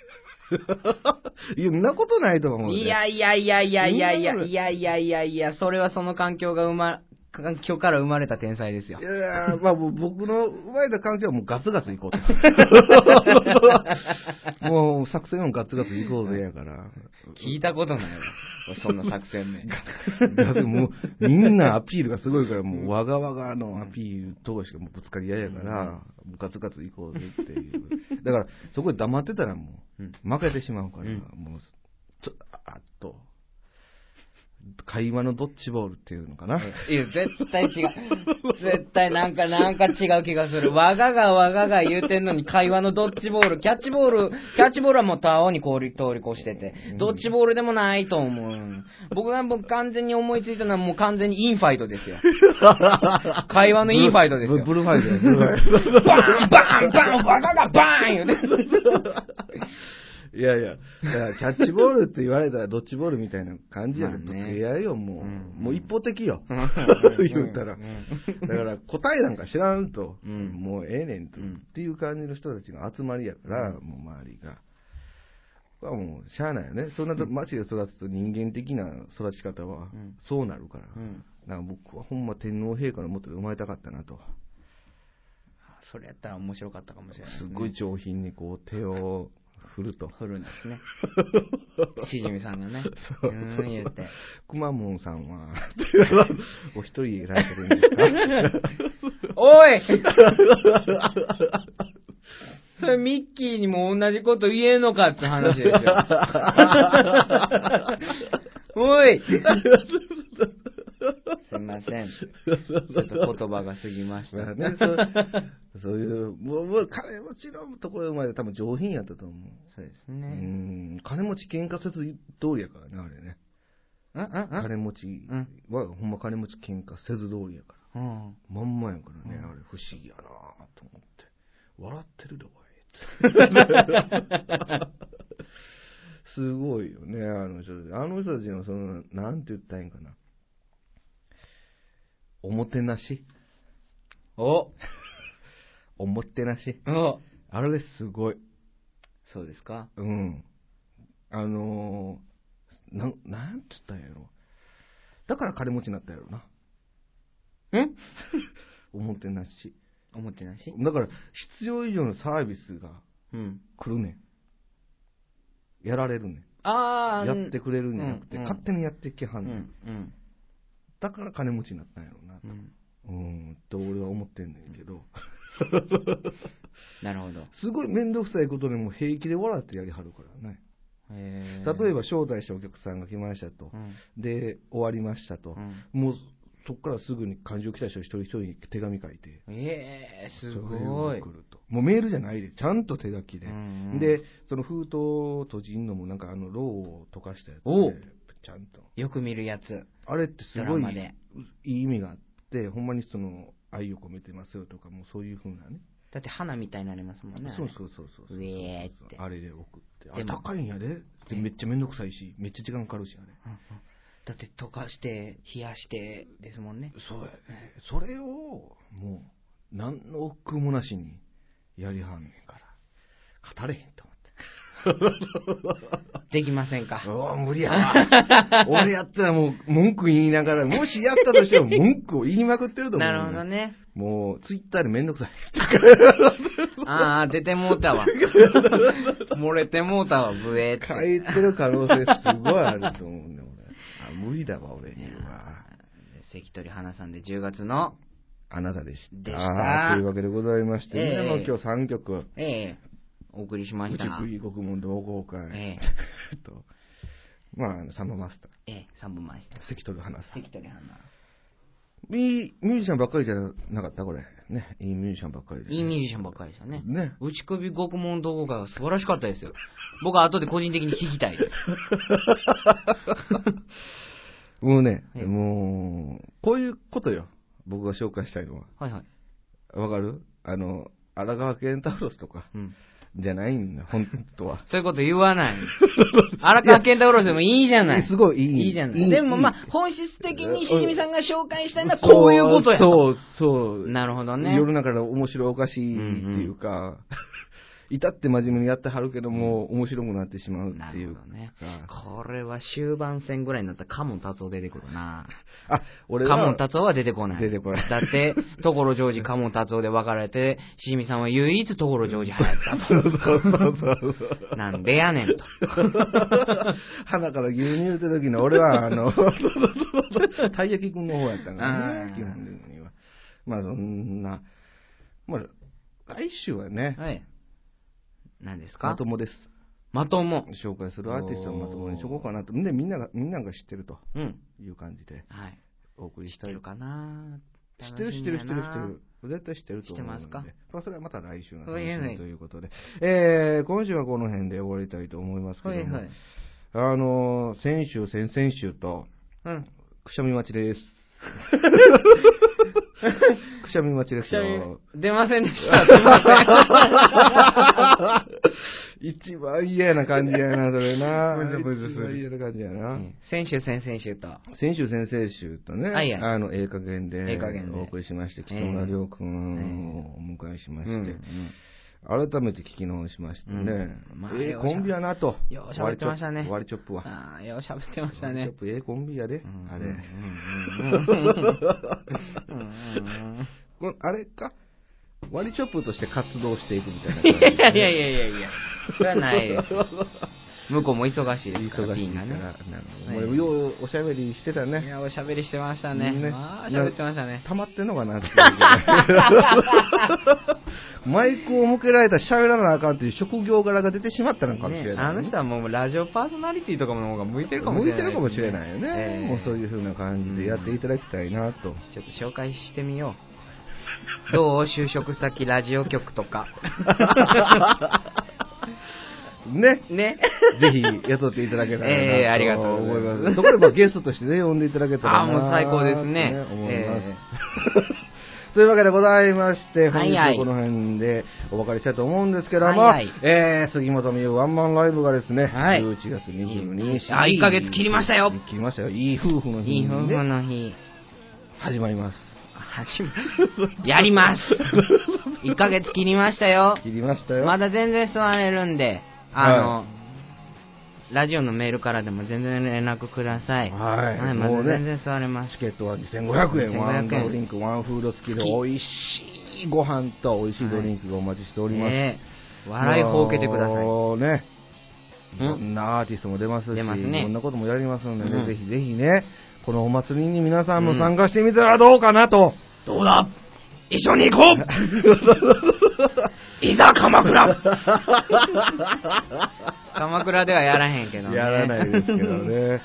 いや、そんなことないと思うね。いやいやいやいやいやいやそんなことないいやいやいやいや、それはその環境が生ま、環境から生まれた天才ですよい。やまあもう僕の生まれた環境はもうガツガツ 行こうと。もう作戦もガツガツ行こうぜやから。聞いたことない わ。そんな作戦名。だってもうみんなアピールがすごいから、もうわがわがのアピールとしかもうぶつかり合いやから、もうガツガツ行こうぜっていう。だからそこで黙ってたらもうんう負けてしまうから、うんもうちょあっと。会話のドッジボールっていうのかな。いや、絶対違う。絶対なんか、なんか違う気がする。わががわがが言うてんのに、会話のドッジボール、キャッチボール、キャッチボールはもうタオに通り、通り越してて、ドッジボールでもないと思う。僕がもう完全に思いついたのはもう完全にインファイトですよ。 会話のインファイトですよブ。ルーファイトやブルーファイバート。ンバーンバーンわががバーン言うて。いやいや、だからキャッチボールって言われたらドッジボールみたいな感じやねまあぶつねけ合いよ、もう。うんもう一方的よ。う言んうたら。だから答えなんか知らんと、うんもうええねんと、うんっていう感じの人たちの集まりやから、もう周りが。これはもう、しゃあないよね。そんなと街で育つと人間的な育ち方はうん、そうなるから。うんだから僕はほんま天皇陛下のもとで生まれたかったなと。それやったら面白かったかもしれないですすね、ごい上品にこう手を振ると。振るんです ねしじみさんがねそううーん言ってくまモンさ んは、お一人選んでるんですかお いそれミッキーにも同じこと言えんのかって話ですよ。 おいすいません。ちょっと言葉が過ぎました。まあね、そうそういう、もうもう金持ちのところ生まれ多分上品やったと思う。そうですうね。ん、金持ち喧嘩せず通りやからね、あれね。うんうん金持ちは、ほんま金持ち喧嘩せず通りやか ら。うん。うんまんまやからね、あれ不思議やなぁと思って。笑ってるで、おい。 すごいよね、あの人たち。あの人たちの、その、なんて言ったらいいんかな。おもてなしおおもてなしおあれすごい。そうですかうん。あのー、なん、なんつったんやろ。だから金持ちになったんやろな。んおもてなし。おもてなしだから、必要以上のサービスがうん。来るねん。やられるねあん。あ、やってくれるんじゃなくて、うんうん勝手にやってきはうんねん。ん。うん。だから金持ちになったんやろうなう。ん。うん、と俺は思ってんねんけど。なるほど。すごい面倒くさいことでも平気で笑ってやりはるからね。へー例えば招待したお客さんが来ましたと。うん。で、終わりましたと。うんもう、そこからすぐに感情来た人一人一人に手紙書いて。ええすそれをごい送。ると。もうメールじゃないで、ちゃんと手書きで。うんうんで、その封筒を閉じんのも、なんかあの、ローを溶かしたやつおでう、ちゃんと。よく見るやつ。あれってすドごラいマでいい意味があって、ほんまにその、愛を込めてますよとか、もうそういうふうなね。だって花みたいになりますもんね。そうそうそうそう。うえーってあれで送って。あれでも高いんやで。でめっちゃめんどくさいし、めっちゃ時間かかるし、あれ。あれうんうんだって溶かして、冷やしてですもんね。そうやね。それを、もう、何の億劫もなしにやりはんねんから、語れへんと思って。できませんか。うわ、無理やわ。 俺やったらもう文句言いながら、もしやったとしても文句を言いまくってると思う、なるほど。ね。もう、ツイッターでめんどくさい。ああ、出てもう たわ。漏れてもうたわ、ブエーって。書いてる可能性すごいあると思う ね、俺。あ、無理だわ、俺には。関取花さんで10月の、あなたでした。でしたというわけでございまして、ええみんなの今日3曲。ええお送りしまうしちたが、国国問同好会。ええ と、まあ、サンボマスター。ええ3本前でした。関取花さん。関取花。いいミュージシャンばっかりじゃなかった、これ。ね、いいミュージシャンばっかりです、いいミュージシャンばっかりでしたね。ね打ち首獄門同好会は素晴らしかったですよ。僕は後で個人的に聞きたい です。 もうね、はいもう、こういうことよ。僕が紹介したいのは。はいはい。わかるあの、荒川健太郎とか、うん。。じゃないんだ、本当はそういうこと言わない。 荒川健太郎でもいいじゃない。すごいいい。いいじゃない。でもまいいあ、本質的にしじみさんが紹介したいのはこういうことや。そう、そう。なるほどね世の中の面白おかしいっていうか、 至って真面目にやってはるけども、面白くなってしまうなっているうほどねあ。これは終盤戦ぐらいになったらカモン達夫出てくるな。あ、俺カモはン、達夫は出てこない。出てこないだって、所ジョージ、カモン達夫で別れて、しじみさんは唯一所ジョージ流行ったと。そうそうそうそう。なんでやねんと。 鼻から牛乳言うた時の俺は、あの、 たい焼きくんの方やったからねあ、ー基本的には。まあそんな、まあ、来週はね、はい。何ですかまともです。まとも。紹介するアーティストをまともにしとこうかなと。で、みんなが、みんなが知ってるとうん。いう感じではい。お送り知っしてたいる。かな知ってる、知ってる、知ってる、知ってる。絶対知ってると思うので。知ってますかまあ、それはまた来週のは楽いしはいみということで。えー、今週はこの辺で終わりたいと思いますけどはも、いはい。あのー、先週、先々週と、うん。くしゃみ待ち です。くしゃみ待ちですよ。出ませんで した。すいま一番嫌な感じやな、それ な。むずむずす一番る嫌な感じやせな。ん先週、先々週と。先週、先々週とね、はいはいあの、ええ加減で、ええ加減でお送りしまして、北村亮君をお迎えしまして、うんうん改めて聞き直しましてねうんまあ。ええようしゃコンビやなと。ようしゃべってましたね割りチョップは。ああ、よう喋ってました割りねチョッ。プええコンビやでうん。あうれ。んうんうんこれあれか割りチョップとして活動していくみたいな感いじで。やいやいやいやいや、それはないです。向こうも忙しいですから。忙しいかピら。ンがねなるほどもうようおしゃべりしてたいね。や、おしゃべりしてましたね。まあ、しゃべってましたね。溜まってんのかなっていう マイクを向けられたら喋らなあかんっていう職業柄が出てしまったのかもしれねなあい、の人はもうラジオパーソナリティとかの方が向いてるかもし向れいなていですね、るかもしれないよね、ええもうそういう風な感じでやっていただきたいなと、ちょっと紹介してみよう。どう就職先ラジオ局と か。ね ね。ぜひ雇っていただけたらなとええありがとうご思いざいますます。そこでまあゲストとしてね、呼んでいただけたらあなーもう最高ですねと思います。え というわけでございまして、本日はいははいこの辺でお別れしたいと思うんですけども、はいはいえー杉本美優ワンマンライブがですね、はい11月22日。あ一ヶ月切りましたよ切りましたよ。いい夫婦の日いい夫に婦ね、の日。始まります。始まやります1ヶ月切りましたよ切りましたよ。まだ全然座れるんであの、ラジオのメールからでも全然連絡くださいはいまもうだね全然座れますチケットは2500円、ワンドリンク、ワンフード付きで、美味しいご飯と美味しいドリンクがお待ちしております。ねえ笑いほうけてくださいもうね、いうんろんなアーティストも出ますし、出ますねいろんなこともやりますのでね、うんぜひぜひね、このお祭りに皆さんも参加してみたらどうかなと。どうだ一緒に 行こういざ鎌倉 鎌倉ではやらへんけどねやらないですけどね。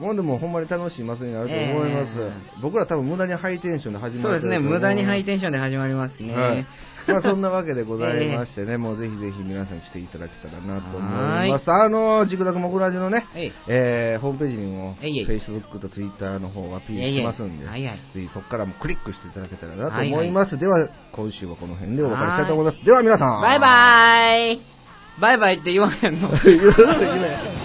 もうでもほんまに楽しい祭りになると思います。え僕ら多分無駄にハイテンションで始ま そうるですね無駄にハインシテンションで始まりますね、はい、まあ そんなわけでございましてね、もうぜひぜひ皆さん来ていただけたらなと思います。あの、ジグザグモグラジのね、えいえーホームページにも、えいえい Facebook と Twitter の方はピーしてますんで、えいえいはいはいぜひそこからもクリックしていただけたらなとはい思はいいます。では、今週はこの辺でお別れしたい と思います。では皆さん。 バイバーイバイバイって言わへんの言わないといけない